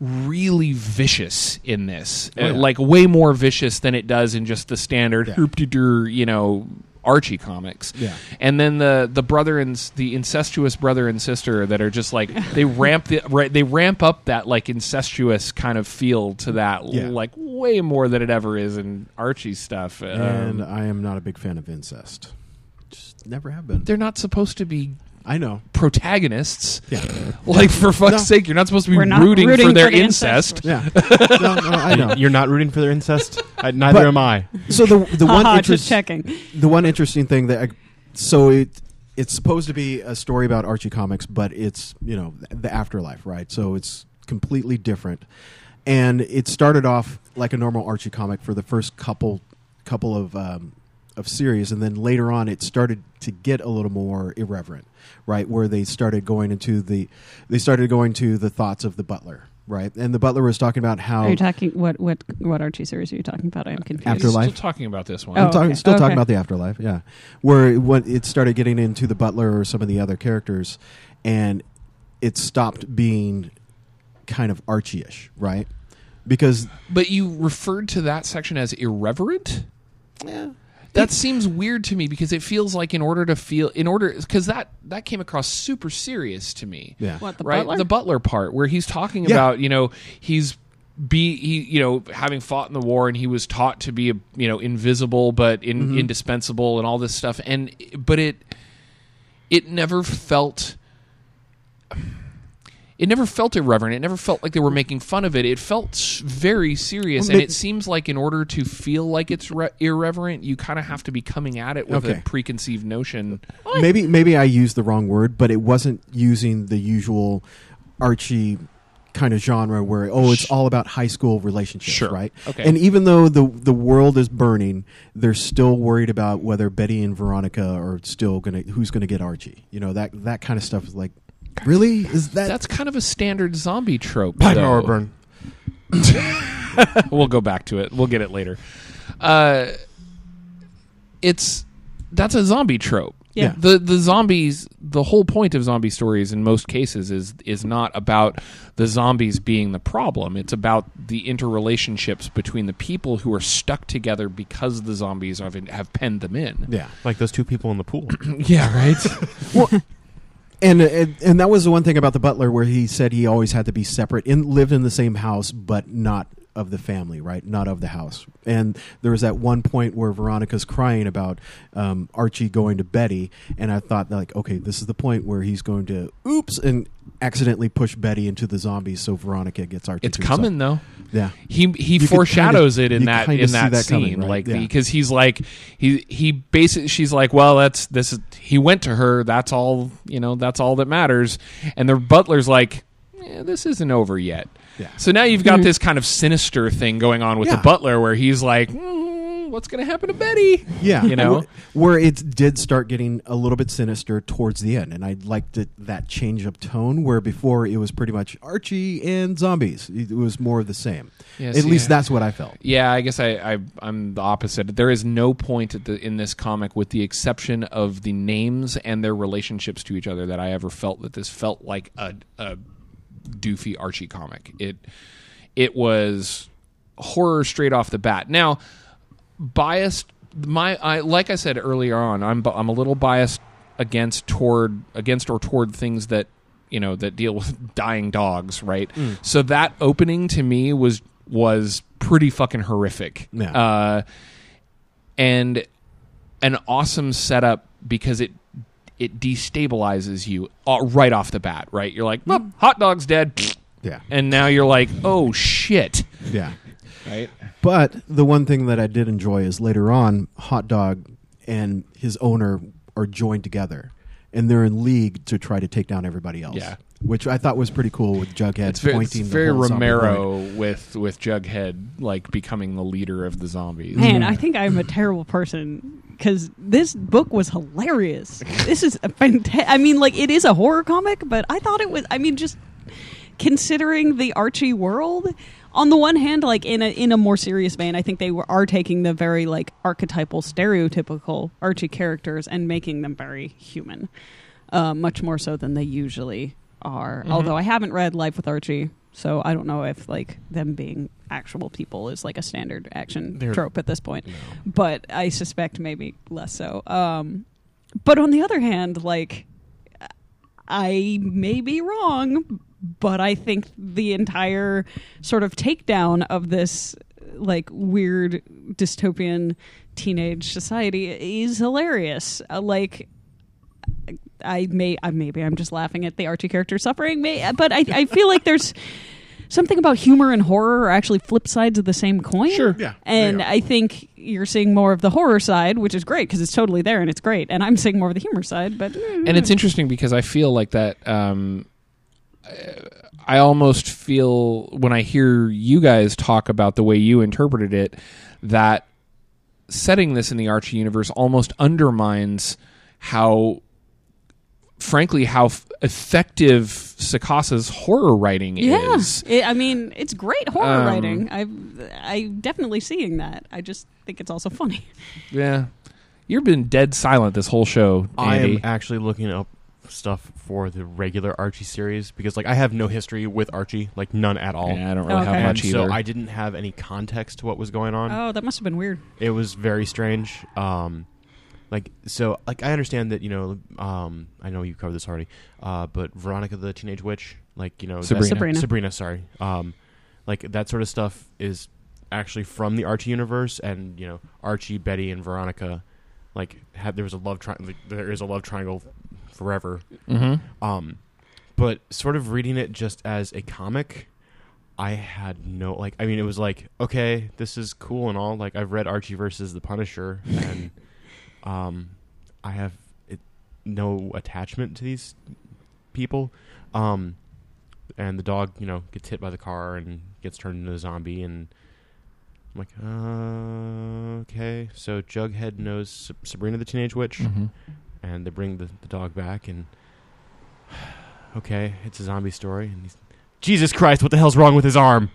Speaker 9: really vicious in this,
Speaker 5: Oh, yeah.
Speaker 9: Uh, like way more vicious than it does in just the standard
Speaker 5: Yeah.
Speaker 9: hoop de dur, you know. Archie comics,
Speaker 5: Yeah.
Speaker 9: and then the the brother and s- the incestuous brother and sister that are just like they ramp the right they ramp up that like incestuous kind of feel to that
Speaker 5: Yeah.
Speaker 9: like way more than it ever is in Archie stuff. Um,
Speaker 5: and I am not a big fan of incest. Just never have been.
Speaker 9: they're not supposed to be
Speaker 5: I know.
Speaker 9: protagonists.
Speaker 5: Yeah,
Speaker 9: Like for fuck's
Speaker 5: No.
Speaker 9: sake, you're not supposed to be
Speaker 8: We're not
Speaker 9: rooting,
Speaker 8: rooting
Speaker 9: for their
Speaker 8: for the
Speaker 9: incest.
Speaker 8: incest.
Speaker 5: yeah. No, no, I know.
Speaker 2: You're not rooting for their incest. I, neither
Speaker 5: But-
Speaker 2: am I.
Speaker 5: So the the one
Speaker 8: Haha,
Speaker 5: interest-
Speaker 8: just checking.
Speaker 5: the one interesting thing that I, so it it's supposed to be a story about Archie comics, but it's you know the afterlife, right? So it's completely different, and it started off like a normal Archie comic for the first couple couple of um, of series, and then later on it started to get a little more irreverent, right? Where they started going into the they started going to the thoughts of the butler, right? And the butler was talking about how
Speaker 8: Are you talking what what what Archie series are you talking about? I'm confused.
Speaker 9: He's
Speaker 5: Afterlife.
Speaker 9: Still talking about this one.
Speaker 8: Oh,
Speaker 5: I'm talking,
Speaker 8: okay.
Speaker 5: still
Speaker 8: Okay.
Speaker 5: talking about the afterlife, yeah. Where it, when it started getting into the butler or some of the other characters, and it stopped being kind of Archie-ish, right? Because
Speaker 9: But you referred to that section as irreverent.
Speaker 5: yeah,
Speaker 9: That seems weird to me because it feels like in order to feel in order because that that came across super serious to me.
Speaker 5: yeah,
Speaker 8: What the
Speaker 9: right?
Speaker 8: butler?
Speaker 9: The butler part where he's talking
Speaker 5: Yeah.
Speaker 9: about, you know, he's be he you know having fought in the war and he was taught to be you know invisible but in,
Speaker 5: Mm-hmm.
Speaker 9: indispensable and all this stuff and but it it never felt it never felt irreverent it never felt like they were making fun of it it felt s- very serious
Speaker 5: Well,
Speaker 9: and
Speaker 5: but-
Speaker 9: it seems like in order to feel like it's re- irreverent you kind of have to be coming at it with a
Speaker 5: Okay.
Speaker 9: preconceived notion
Speaker 5: maybe maybe I used the wrong word, but it wasn't using the usual Archie kind of genre where oh it's all about high school relationships
Speaker 9: Sure.
Speaker 5: right
Speaker 9: Okay.
Speaker 5: and even though the the world is burning they're still worried about whether Betty and Veronica are still going to who's going to get Archie you know that that kind of stuff is like really is that
Speaker 9: that's kind of a standard zombie trope though.
Speaker 2: burn.
Speaker 9: we'll go back to it. We'll get it later. Uh, it's that's a zombie trope.
Speaker 5: Yeah.
Speaker 9: The the zombies the whole point of zombie stories in most cases is is not about the zombies being the problem. It's about the interrelationships between the people who are stuck together because the zombies have have penned them in.
Speaker 5: yeah
Speaker 2: Like those two people in the pool.
Speaker 9: Yeah, right.
Speaker 5: and, and and that was the one thing about the butler where he said he always had to be separate and lived in the same house but not of the family right not of the house and there was that one point where veronica's crying about um, archie going to betty and i thought like okay this is the point where he's going to oops and accidentally push betty into the zombies so veronica gets archie
Speaker 9: it's
Speaker 5: to herself.
Speaker 9: coming though.
Speaker 5: yeah
Speaker 9: he he
Speaker 5: could
Speaker 9: foreshadows
Speaker 5: kinda-
Speaker 9: it in
Speaker 5: you
Speaker 9: that
Speaker 5: kinda
Speaker 9: in
Speaker 5: see
Speaker 9: that,
Speaker 5: that
Speaker 9: scene,
Speaker 5: coming, right?
Speaker 9: like
Speaker 5: Yeah.
Speaker 9: because he's like he he basically she's like, well, that's this is he went to her. That's all you know. That's all that matters. And their butler's like, eh, this isn't over yet.
Speaker 5: Yeah. Mm-hmm.
Speaker 9: So now you've got this kind of sinister thing going on with
Speaker 5: Yeah.
Speaker 9: the butler, where he's like, mm, what's going to happen to Betty?
Speaker 5: yeah
Speaker 9: you know.
Speaker 5: where, where it did start getting a little bit sinister towards the end and i liked it, that change of tone where before it was pretty much archie and zombies it was more of the same
Speaker 9: Yeah,
Speaker 5: at
Speaker 9: see,
Speaker 5: least
Speaker 9: I-
Speaker 5: that's what i felt
Speaker 9: Yeah, I guess I, I I'm the opposite. There is no point at the, in this comic, with the exception of the names and their relationships to each other, that I ever felt that this felt like a, a doofy Archie comic. It it was horror straight off the bat. Now, biased my I like I said earlier on, I'm bu- I'm a little biased against toward against or toward things that you know that deal with dying dogs, right? So that opening to me was was pretty fucking horrific.
Speaker 5: Yeah.
Speaker 9: Uh and an awesome setup because it it destabilizes you uh, right off the bat, right? You're like, "Well, hot dog's dead.
Speaker 5: yeah
Speaker 9: And now you're like, "Oh shit."
Speaker 5: yeah
Speaker 9: Right?
Speaker 5: But the one thing that I did enjoy is later on, Hot Dog and his owner are joined together. and they're in league to try to take down everybody else.
Speaker 9: Yeah.
Speaker 5: Which I thought was pretty cool with Jughead
Speaker 9: It's very, it's
Speaker 5: pointing. the
Speaker 9: very
Speaker 5: whole zombie line.
Speaker 9: Romero with with Jughead like becoming the leader of the zombies.
Speaker 5: Mm-hmm.
Speaker 8: Man, I think I'm a terrible person because this book was hilarious. This is a fantastic. I mean, like, it is a horror comic, but I thought it was. I mean, just considering the Archie world, on the one hand, like in a in a more serious vein, I think they were, are taking the very like archetypal, stereotypical Archie characters and making them very human, uh, much more so than they usually are. Although I haven't read Life with Archie. So I don't know if like them being actual people is like a standard action
Speaker 2: They're-
Speaker 8: trope at this point but I suspect maybe less so. Um, but on the other hand, like I may be wrong, but I think the entire sort of takedown of this like weird dystopian teenage society is hilarious. Uh, like. I may, I maybe I'm just laughing at the Archie character suffering, may, but I, I feel like there's something about humor and horror are actually flip sides of the same coin.
Speaker 9: Sure.
Speaker 5: Yeah, they
Speaker 8: and
Speaker 5: are.
Speaker 8: I think you're seeing more of the horror side, which is great because it's totally there and it's great. And I'm seeing more of the humor side, but eh.
Speaker 9: and it's interesting because I feel like that. Um, I almost feel when I hear you guys talk about the way you interpreted it that setting this in the Archie universe almost undermines how, frankly, how f- effective Sakasa's horror writing
Speaker 8: yeah,
Speaker 9: is.
Speaker 8: It- I mean, it's great horror
Speaker 9: Um,
Speaker 8: writing. I I'm definitely seeing that. I just think it's also funny.
Speaker 2: Um,
Speaker 9: Yeah, you've been dead silent this whole show,
Speaker 2: I
Speaker 9: Andy.
Speaker 2: am actually looking up stuff for the regular Archie series because like I have no history with Archie, like none at all.
Speaker 9: Yeah, I don't really
Speaker 8: Okay.
Speaker 9: have
Speaker 2: And
Speaker 9: much either.
Speaker 2: so I didn't have any context to what was going on.
Speaker 8: Oh, that must have been weird.
Speaker 2: It was very strange. Um, like so, like I understand that you know, um, I know you covered this already, uh, but Veronica the Teenage Witch, like you know, that-
Speaker 9: Sabrina.
Speaker 8: Sabrina.
Speaker 2: Sabrina, sorry, um, like that sort of stuff is actually from the Archie universe, and you know, Archie, Betty, and Veronica, like had there was a love triangle. There is a love triangle forever.
Speaker 9: Mhm.
Speaker 2: Um, but sort of reading it just as a comic, I had no like. I mean, it was like, okay, this is cool and all. Like, I've read Archie versus the Punisher, and um, I have it, no attachment to these people. Um, and the dog, you know, gets hit by the car and gets turned into a zombie, and I'm like, uh, okay. So Jughead knows Sa- Sabrina the Teenage Witch
Speaker 9: Mhm.
Speaker 2: and they bring the, the dog back and okay it's a zombie story and he's jesus christ what the hell's wrong with his arm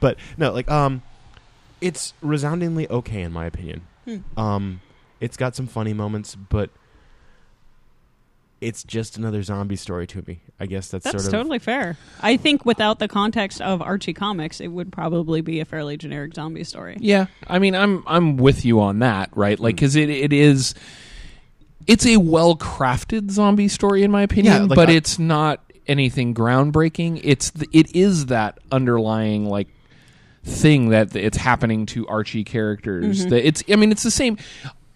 Speaker 2: but no like um it's resoundingly okay in my opinion
Speaker 8: Hmm.
Speaker 2: um it's got some funny moments but it's just another zombie story to me i guess that's,
Speaker 8: That's
Speaker 2: sort of
Speaker 8: totally fair. I think without the context of Archie comics, it would probably be a fairly generic zombie story.
Speaker 9: Yeah, I mean, I'm I'm with you on that, right?
Speaker 2: Mm.
Speaker 9: Like, because it it is, it's a well crafted zombie story in my opinion,
Speaker 2: Yeah, like,
Speaker 9: but
Speaker 2: I-
Speaker 9: it's not anything groundbreaking. It's the, it is that underlying like thing that it's happening to Archie characters.
Speaker 2: Mm-hmm.
Speaker 9: That it's I mean, it's the same.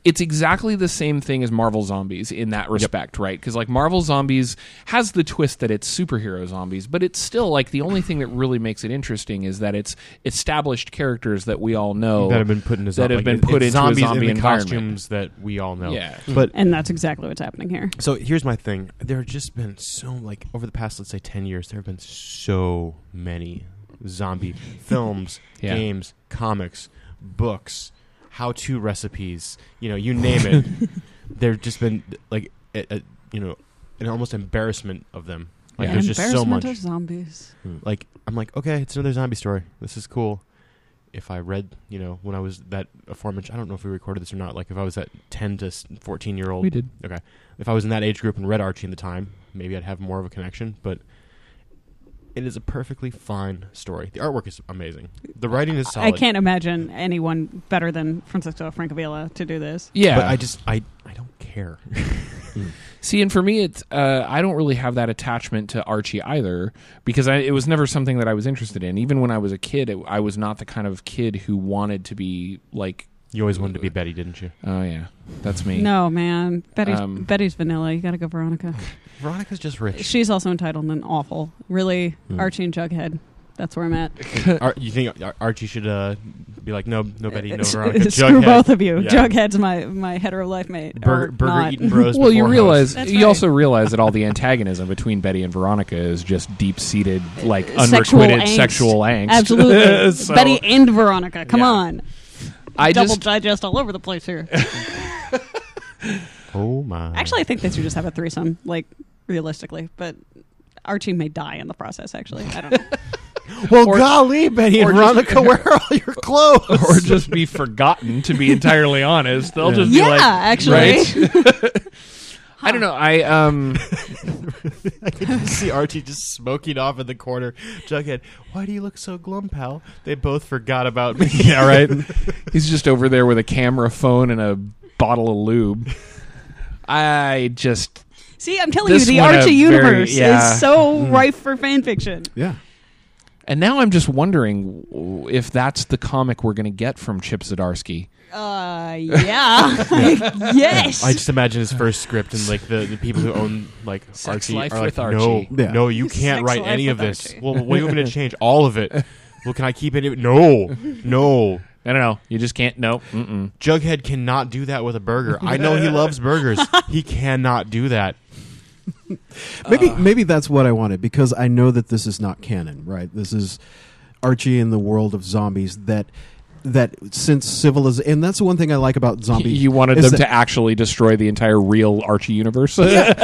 Speaker 9: It's exactly the same thing as Marvel Zombies in that respect, right? Because like Marvel Zombies has the twist that it's superhero zombies, but it's still like the only thing that really makes it interesting is that it's established characters that we all know
Speaker 2: that have been put into
Speaker 9: that have
Speaker 2: like,
Speaker 9: been
Speaker 2: it-
Speaker 9: put
Speaker 2: it's
Speaker 9: into a
Speaker 2: zombies
Speaker 9: zombie
Speaker 2: in the
Speaker 9: environment.
Speaker 2: costumes that we all know
Speaker 9: Yeah.
Speaker 2: but
Speaker 8: And that's exactly what's happening here.
Speaker 2: So here's my thing. There have just been so like over the past let's say ten years, there have been so many zombie films,
Speaker 9: Yeah.
Speaker 2: games, comics, books, how to recipes, you know, you name it. There've just been like a, a, you know, an almost embarrassment of them. Like
Speaker 9: Yeah.
Speaker 2: there's just so much.
Speaker 8: Embarrassment of zombies.
Speaker 2: Like I'm like, okay, it's another zombie story. This is cool. If I read, you know, when I was that aforementioned, I don't know if we recorded this or not. Like if I was that ten to fourteen year old
Speaker 9: We did.
Speaker 2: Okay. If I was in that age group and read Archie at the time, maybe I'd have more of a connection, but it is a perfectly fine story. The artwork is amazing. The writing is solid.
Speaker 8: I can't imagine anyone better than Francisco Francavilla to do this.
Speaker 9: Yeah.
Speaker 2: But I just I I don't care.
Speaker 9: See, and for me, it's uh, I don't really have that attachment to Archie either because I, it was never something that I was interested in. Even when I was a kid, it, I was not the kind of kid who wanted to be like,
Speaker 2: you always wanted to be Betty, didn't you?
Speaker 9: oh yeah, that's me.
Speaker 8: No, man. Betty's,
Speaker 9: Um,
Speaker 8: Betty's vanilla. You got to go Veronica.
Speaker 2: Veronica's just rich.
Speaker 8: She's also entitled and
Speaker 2: Hmm.
Speaker 8: awful. Really, Archie and Jughead. That's where I'm at.
Speaker 2: Ar- you think Ar- Archie should uh, Be like, no, nobody, no
Speaker 8: Uh,
Speaker 2: Veronica.
Speaker 8: Screw
Speaker 2: Jughead.
Speaker 8: both of you.
Speaker 2: Yeah.
Speaker 8: Jughead's my my hetero life mate.
Speaker 2: Burger,
Speaker 8: Or
Speaker 2: burger
Speaker 8: not.
Speaker 2: eating bros.
Speaker 9: Well, you
Speaker 2: before
Speaker 9: realize
Speaker 8: That's
Speaker 9: you
Speaker 8: right.
Speaker 9: also realize that all the antagonism between Betty and Veronica is just deep seated, like
Speaker 8: Sexual
Speaker 9: unrequited
Speaker 8: angst.
Speaker 9: sexual angst.
Speaker 8: Absolutely.
Speaker 9: So,
Speaker 8: Betty and Veronica. Come
Speaker 9: Yeah.
Speaker 8: on.
Speaker 9: I
Speaker 8: Double
Speaker 9: just
Speaker 8: digest all over the place here.
Speaker 2: host. Oh my!
Speaker 8: Actually, I think they should just have a threesome, like realistically. But Archie may die in the process. Actually, I don't know.
Speaker 2: well,
Speaker 9: or-
Speaker 2: golly, Betty and
Speaker 9: or just-
Speaker 2: Veronica, where are all your clothes?
Speaker 9: or just be forgotten. To be entirely honest, they'll just be
Speaker 8: yeah,
Speaker 9: like,
Speaker 8: actually,
Speaker 9: right? I don't know. I um.
Speaker 2: I can just see Archie just smoking off in the corner. Jughead, why do you look so glum, pal? They both forgot about me.
Speaker 9: Yeah, right. He's just over there with a camera phone and a bottle of lube. I just
Speaker 8: see, I'm telling
Speaker 9: This
Speaker 8: you, the
Speaker 9: one, uh, very-
Speaker 8: Archie universe
Speaker 9: yeah. Mm.
Speaker 8: is so rife for fan fiction.
Speaker 5: Yeah.
Speaker 9: and now I'm just wondering w- if that's the comic we're going to get from Chip Zdarsky.
Speaker 8: Uh, yeah, yes.
Speaker 2: I just imagine his first script and like the, the people who own like
Speaker 9: Sex
Speaker 2: Archie
Speaker 9: life
Speaker 2: are like,
Speaker 9: with
Speaker 2: no,
Speaker 9: Archie."
Speaker 5: Yeah.
Speaker 2: no, you can't
Speaker 8: Sex
Speaker 2: write
Speaker 8: life
Speaker 2: any of
Speaker 8: with
Speaker 2: this.
Speaker 8: Archie.
Speaker 2: Well, what do you want me to change? All of it. Well, can I keep it? No, no.
Speaker 9: I don't know. You just can't. No. Mm-mm.
Speaker 2: Jughead cannot do that with a burger. I know he loves burgers. He cannot do that.
Speaker 5: Maybe maybe that's what I wanted because I know that this is not canon, right? This is Archie in the world of zombies that that since civilization and that's the one thing I like about zombies.
Speaker 9: You wanted
Speaker 5: is
Speaker 9: them
Speaker 5: that-
Speaker 9: to actually destroy the entire real Archie universe.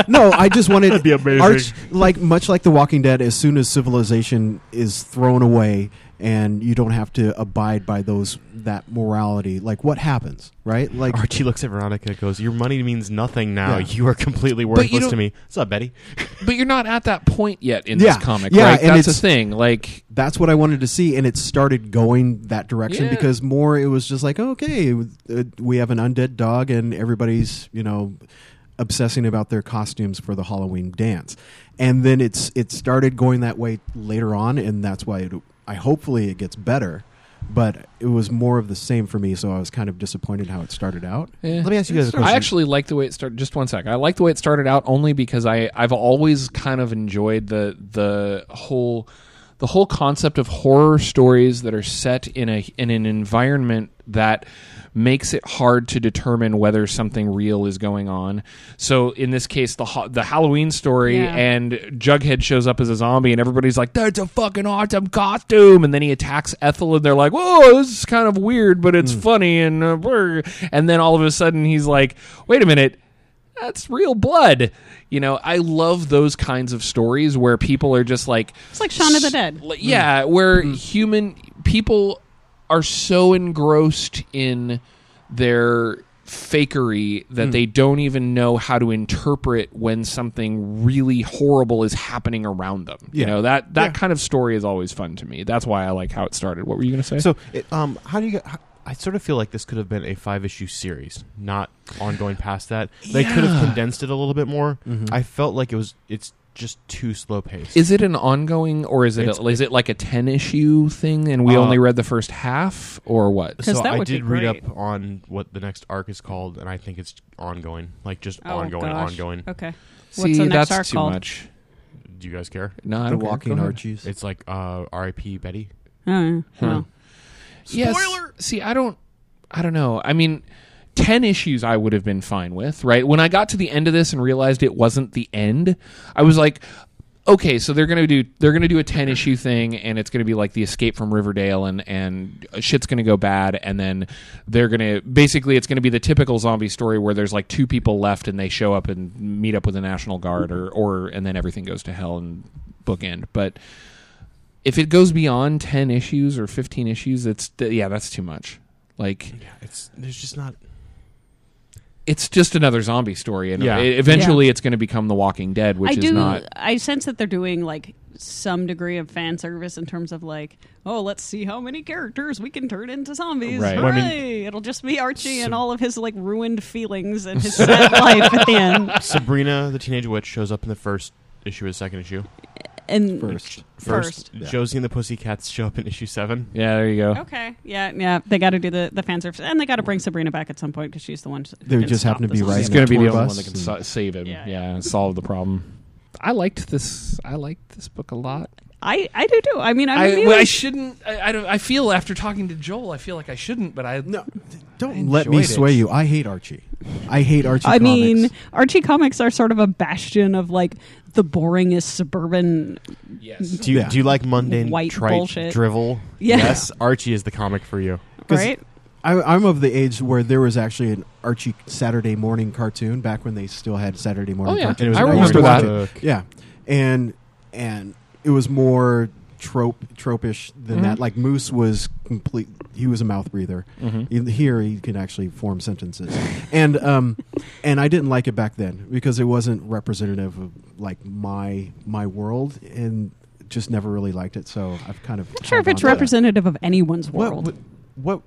Speaker 5: no, I just wanted to
Speaker 2: be amazing.
Speaker 5: Arch, like much like The Walking Dead, as soon as civilization is thrown away and you don't have to abide by those that morality, like what happens, right? Like
Speaker 2: Archie looks at Veronica and goes, Your money means nothing now.
Speaker 5: Yeah.
Speaker 2: You are completely
Speaker 9: But you
Speaker 2: worthless
Speaker 9: don't-
Speaker 2: to me. What's up, Betty?
Speaker 9: but you're not at that point yet in
Speaker 5: Yeah.
Speaker 9: this comic,
Speaker 5: Yeah,
Speaker 9: right?
Speaker 5: and
Speaker 9: That's the
Speaker 5: it's-
Speaker 9: thing. Like
Speaker 5: that's what I wanted to see, and it started going that direction
Speaker 9: Yeah.
Speaker 5: because more it was just like okay, uh, we have an undead dog, and everybody's you know obsessing about their costumes for the Halloween dance, and then it's it started going that way later on, and that's why it, I hopefully it gets better, but it was more of the same for me, so I was kind of disappointed how it started out.
Speaker 9: Yeah.
Speaker 2: Let me ask you guys a
Speaker 9: I
Speaker 2: question.
Speaker 9: actually like the way it started. Just one sec. I like the way it started out only because I I've always kind of enjoyed the the whole the whole concept of horror stories that are set in a in an environment that makes it hard to determine whether something real is going on. So in this case, the ha- the Halloween story
Speaker 8: Yeah.
Speaker 9: and Jughead shows up as a zombie, and everybody's like, "That's a fucking awesome costume!" And then he attacks Ethel, and they're like, "Whoa, this is kind of weird, but it's funny." And uh, brr." and then all of a sudden, he's like, "Wait a minute." That's real blood. You know, I love those kinds of stories where people are just like
Speaker 8: it's like Shaun of the Dead.
Speaker 9: like, yeah, where human people are so engrossed in their fakery that they don't even know how to interpret when something really horrible is happening around them. You
Speaker 5: Yeah.
Speaker 9: know, that that
Speaker 2: Yeah.
Speaker 9: kind of story is always fun to me. That's why I like how it started. What were you going to say?
Speaker 2: So, it, um, how do you? How, I sort of feel like this could have been a five-issue series, not ongoing past that. They could have
Speaker 9: Yeah.
Speaker 2: condensed it a little bit more.
Speaker 8: Mm-hmm.
Speaker 2: I felt like it was. It's just too slow paced.
Speaker 9: is it an ongoing or is it a,
Speaker 2: It's-
Speaker 9: is it like a 10 issue thing and we
Speaker 2: Uh,
Speaker 9: only read the first half or what?
Speaker 8: 'Cause
Speaker 2: so
Speaker 8: that
Speaker 2: I
Speaker 8: would be
Speaker 2: did read
Speaker 8: great.
Speaker 2: up on what the next arc is called, and I think it's ongoing, like just
Speaker 8: Oh,
Speaker 2: ongoing,
Speaker 8: gosh.
Speaker 2: ongoing.
Speaker 8: Okay.
Speaker 9: See,
Speaker 8: the next arc
Speaker 9: that's too
Speaker 8: called?
Speaker 9: much.
Speaker 2: Do you guys care?
Speaker 9: No, I
Speaker 5: The
Speaker 9: don't care.
Speaker 5: walking
Speaker 9: Go ahead.
Speaker 5: Archies.
Speaker 2: It's like uh, R.I.P. Betty.
Speaker 8: Oh, well.
Speaker 9: Hmm. Yes. See, I don't I don't know. I mean, 10 issues I would have been fine with, right? When I got to the end of this and realized it wasn't the end, I was like, okay, so they're going to do they're going to do a 10 issue thing and it's going to be like the escape from Riverdale and and shit's going to go bad and then they're going to basically it's going to be the typical zombie story where there's like two people left and they show up and meet up with the National Guard or or and then everything goes to hell and bookend. But if it goes beyond 10 issues or 15 issues it's th- yeah that's too much like
Speaker 2: Yeah, it's there's just not.
Speaker 9: it's just another zombie story and
Speaker 2: Yeah.
Speaker 9: e- eventually it's going to become the walking dead which
Speaker 8: I
Speaker 9: is
Speaker 8: do.
Speaker 9: not
Speaker 8: I sense that they're doing like some degree of fan service in terms of like, oh, let's see how many characters we can turn into zombies.
Speaker 9: Right.
Speaker 8: Hooray!
Speaker 9: Well, I mean-
Speaker 8: It'll just be Archie and
Speaker 2: So-
Speaker 8: all of his like ruined feelings and his sad life at the end.
Speaker 2: Sabrina, the teenage witch, shows up in the first issue, of the second issue.
Speaker 8: And
Speaker 5: First,
Speaker 8: First.
Speaker 5: Yeah.
Speaker 2: Josie and the Pussycats show up in issue seven.
Speaker 9: yeah there you go
Speaker 8: okay, yeah, yeah, they got to do the the fan service, and they got to bring Sabrina back at some point because she's the one. who
Speaker 5: They
Speaker 8: can
Speaker 5: just
Speaker 8: stop
Speaker 5: happen to
Speaker 8: this
Speaker 5: be
Speaker 8: all.
Speaker 5: right
Speaker 9: he's
Speaker 5: in
Speaker 9: going
Speaker 5: that
Speaker 9: to be the
Speaker 5: tour
Speaker 9: only one
Speaker 5: bus
Speaker 9: that can
Speaker 5: and-
Speaker 9: so- save him yeah,
Speaker 8: Yeah, yeah.
Speaker 9: and solve the problem i liked this i liked this book a lot
Speaker 8: I, I do too. I mean, I'm
Speaker 9: I,
Speaker 8: really,
Speaker 9: well, I shouldn't. I, I don't. I feel after talking to Joel, I feel like I shouldn't, but I
Speaker 5: No,
Speaker 9: I
Speaker 5: don't let me
Speaker 9: enjoyed it.
Speaker 5: sway you. I hate Archie. I hate Archie.
Speaker 8: I mean,
Speaker 5: comics.
Speaker 8: Archie comics are sort of a bastion of like the boringest suburban.
Speaker 9: Yes.
Speaker 2: Do you,
Speaker 5: Yeah.
Speaker 2: do you like mundane
Speaker 8: White
Speaker 2: trite
Speaker 8: bullshit.
Speaker 2: drivel?
Speaker 8: Yeah.
Speaker 2: Yes, Archie is the comic for you.
Speaker 5: 'Cause
Speaker 8: Right?
Speaker 5: I, I'm of the age where there was actually an Archie Saturday morning cartoon back when they still had Saturday morning.
Speaker 9: Oh, yeah.
Speaker 5: cartoons.
Speaker 9: I
Speaker 5: And used
Speaker 9: remember
Speaker 5: to watch
Speaker 9: that.
Speaker 5: it. Yeah, and and it was more trope tropish than
Speaker 8: Mm-hmm.
Speaker 5: that. Like Moose was complete. He was a mouth breather.
Speaker 9: Mm-hmm.
Speaker 5: In- Here he can actually form sentences, and um, and I didn't like it back then because it wasn't representative of like my my world and. Just never really liked it, so I've kind of.
Speaker 8: Not sure if it's
Speaker 5: held on to that.
Speaker 8: representative of anyone's world.
Speaker 2: What, what?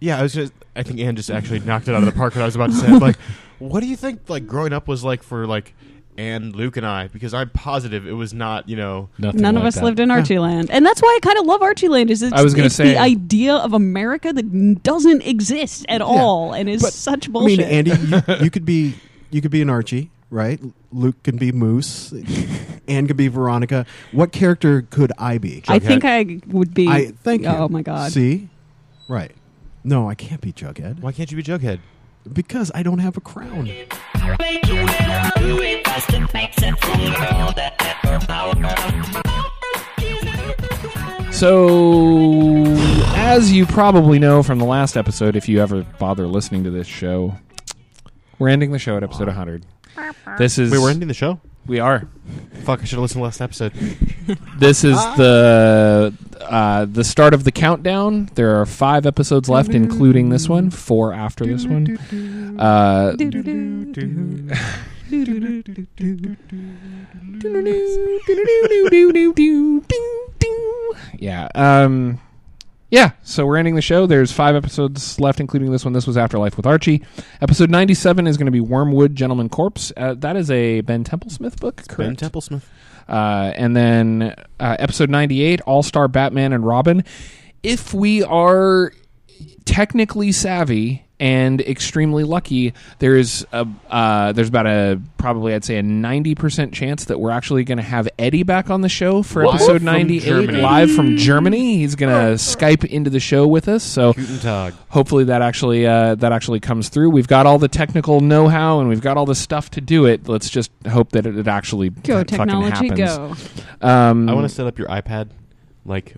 Speaker 2: Yeah, I was. Just, I think Anne just actually knocked it out of the park. What I was about to say. I'm like, what do you think? Like growing up was like for like Anne, Luke, and I because I'm positive it was not. You know,
Speaker 7: Nothing
Speaker 8: None of
Speaker 7: like
Speaker 8: us
Speaker 7: that.
Speaker 8: lived in Archie Land, and that's why I kind of love Archie Land. Is it's,
Speaker 9: I was gonna
Speaker 8: it's
Speaker 9: say-
Speaker 8: the idea of America that n- doesn't exist at all and is
Speaker 5: But,
Speaker 8: such bullshit.
Speaker 5: I mean, Andy, you, you could be you could be an Archie, right? Luke can be Moose, Anne could be Veronica. What character could I be?
Speaker 8: I think I would be.
Speaker 5: I thank you.
Speaker 8: Oh my god!
Speaker 5: See, right? No, I can't be Jughead
Speaker 2: why can't you be Jughead?
Speaker 5: because I don't have a crown.
Speaker 6: Make you wanna do it just to make sense of the world that ever found.
Speaker 9: So, as you probably know from the last episode, if you ever bother listening to this show, we're ending the show at episode 100. This is
Speaker 2: Wait, we're ending the show.
Speaker 9: we are.
Speaker 2: Fuck, I should have listened to last episode.
Speaker 9: This is
Speaker 8: Ah.
Speaker 9: the uh, the start of the countdown. There are five episodes left, including this one, four after this one. Uh, yeah. Um, yeah. So we're ending the show. There's five episodes left, including this one. This was Afterlife with Archie. Episode 97 is going to be Wormwood Gentleman Corpse. Uh, that is a Ben Temple Smith book.
Speaker 2: Ben
Speaker 9: correct?
Speaker 2: Temple Smith.
Speaker 9: Uh, and then uh, episode 98, All Star Batman and Robin. If we are technically savvy and extremely lucky, there's a uh, there's about a probably I'd say a 90% chance that we're actually going to have Eddie back on the show for
Speaker 2: Live
Speaker 9: episode
Speaker 2: from
Speaker 9: 98
Speaker 2: Germany.
Speaker 9: live from Germany. He's going to Skype into the show with us. So
Speaker 2: Guten Tag.
Speaker 9: hopefully that actually uh, that actually comes through. We've got all the technical know-how and we've got all the stuff to do it. Let's just hope that it, it actually
Speaker 8: Go
Speaker 9: fu- fucking
Speaker 8: technology,
Speaker 9: happens.
Speaker 8: go!
Speaker 9: Um,
Speaker 2: I want to set up your iPad, like,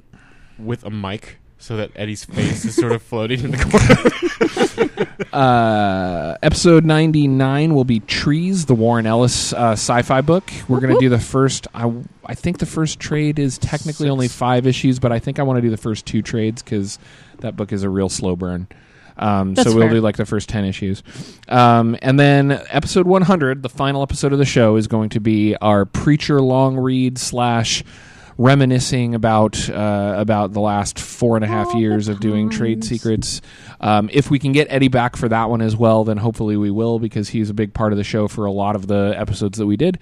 Speaker 2: with a mic, so that Eddie's face is sort of floating in the corner.
Speaker 9: uh, episode ninety nine will be Trees, the Warren Ellis uh, sci fi book. We're going to do the first. I I think the first trade is technically only five issues, but I think I want to do the first two trades because that book is a real slow burn. Um, so
Speaker 8: That's
Speaker 9: we'll
Speaker 8: fair.
Speaker 9: do like the first ten issues, um, and then episode one hundred, the final episode of the show, is going to be our preacher long read slash reminiscing about uh, about the last four and a half
Speaker 8: All the
Speaker 9: years of doing trade
Speaker 8: times.
Speaker 9: secrets. Um, if we can get Eddie back for that one as well, then hopefully we will because he's a big part of the show for a lot of the episodes that we did.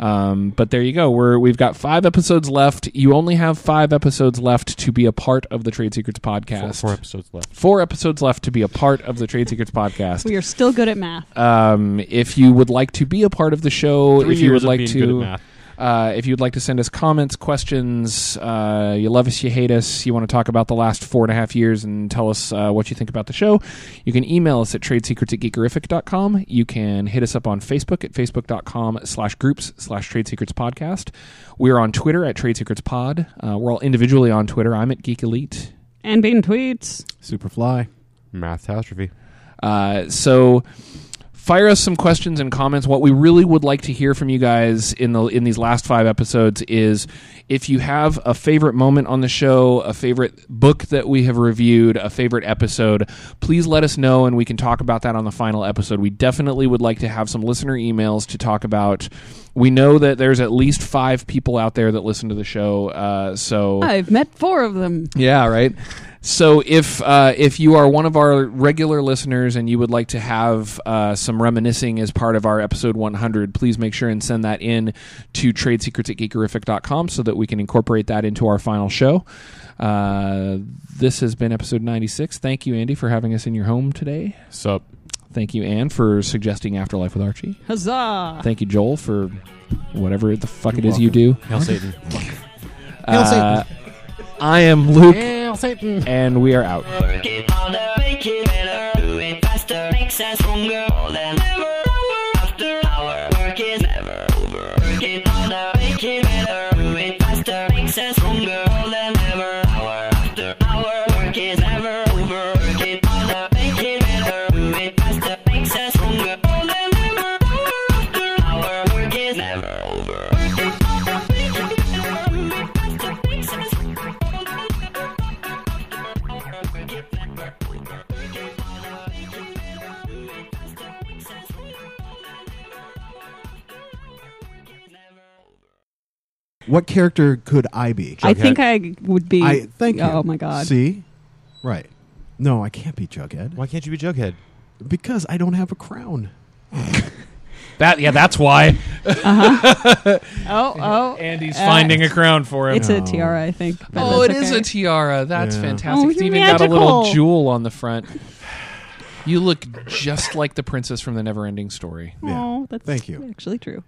Speaker 9: Um, but there you go. We're we've got five episodes left. You only have five episodes left to be a part of the Trade Secrets
Speaker 2: Four,
Speaker 9: podcast.
Speaker 2: four episodes left.
Speaker 9: Four episodes left to be a part of the Trade Secrets podcast.
Speaker 8: We are still good at math.
Speaker 9: Um, if you would like to be a part of the show,
Speaker 2: Three
Speaker 9: if you
Speaker 2: years
Speaker 9: would
Speaker 2: of being
Speaker 9: like
Speaker 2: good at
Speaker 9: to,
Speaker 2: math.
Speaker 9: uh, if you'd like to send us comments, questions, uh, you love us, you hate us, you want to talk about the last four and a half years and tell us uh, what you think about the show, you can email us at tradesecrets at geekerific.com. You can hit us up on Facebook at facebook.com slash groups slash tradesecrets podcast. We're on Twitter at tradesecretspod. Uh, we're all individually on Twitter. I'm at Geek Elite.
Speaker 8: And being tweets.
Speaker 5: Superfly.
Speaker 2: Math catastrophe.
Speaker 9: Uh, so fire us some questions and comments what we really would like to hear from you guys in the in these last 5 episodes is if you have a favorite moment on the show a favorite book that we have reviewed a favorite episode please let us know and we can talk about that on the final episode we definitely would like to have some listener emails to talk about we know that there's at least 5 people out there that listen to the show uh, so
Speaker 8: I've met four of them.
Speaker 9: yeah, right. So if uh, if you are one of our regular listeners and you would like to have uh, some reminiscing as part of our episode 100, please make sure and send that in to tradesecrets at geekerific.com so that we can incorporate that into our final show. Uh, this has been episode 96. Thank you, Andy, for having us in your home today.
Speaker 2: Sup.
Speaker 9: Thank you, Anne, for suggesting Afterlife with Archie.
Speaker 8: Huzzah!
Speaker 9: Thank you, Joel, for whatever the fuck it
Speaker 2: You're
Speaker 9: is you do.
Speaker 2: Hail Satan.
Speaker 9: Uh, I am Luke,
Speaker 7: Hail Satan.
Speaker 9: and we are out.
Speaker 6: Work it harder, make it better. Do it faster, makes us stronger than ever. Hour after hour, work is never over. Work it harder, make it better. Do it faster, makes us stronger than ever. Hour after hour, work is never over. Work it harder, make it better. Do it faster, makes us stronger than ever. Hour after hour, work is never over. Work it harder, make it better. Do it faster, makes us stronger than ever.
Speaker 5: What character could I be?
Speaker 8: I think I would be.
Speaker 5: I thank you.
Speaker 8: Oh my god.
Speaker 5: See, right? No, I can't be Jughead
Speaker 2: Why can't you be Jughead?
Speaker 5: because I don't have a crown.
Speaker 9: That yeah, that's why
Speaker 8: Oh oh.
Speaker 9: Andy's
Speaker 8: Uh,
Speaker 9: finding a crown for him.
Speaker 8: It's a
Speaker 5: No.
Speaker 8: tiara, I think. but
Speaker 9: oh, it
Speaker 8: that's
Speaker 9: is
Speaker 8: okay.
Speaker 9: a tiara. That's
Speaker 5: Yeah.
Speaker 9: fantastic.
Speaker 8: Oh,
Speaker 9: it's
Speaker 8: you're
Speaker 9: even got a little
Speaker 8: magical.
Speaker 9: jewel on the front. You look just like the princess from the Neverending Story.
Speaker 5: Yeah.
Speaker 8: Oh, that's
Speaker 5: Thank you.
Speaker 8: actually true.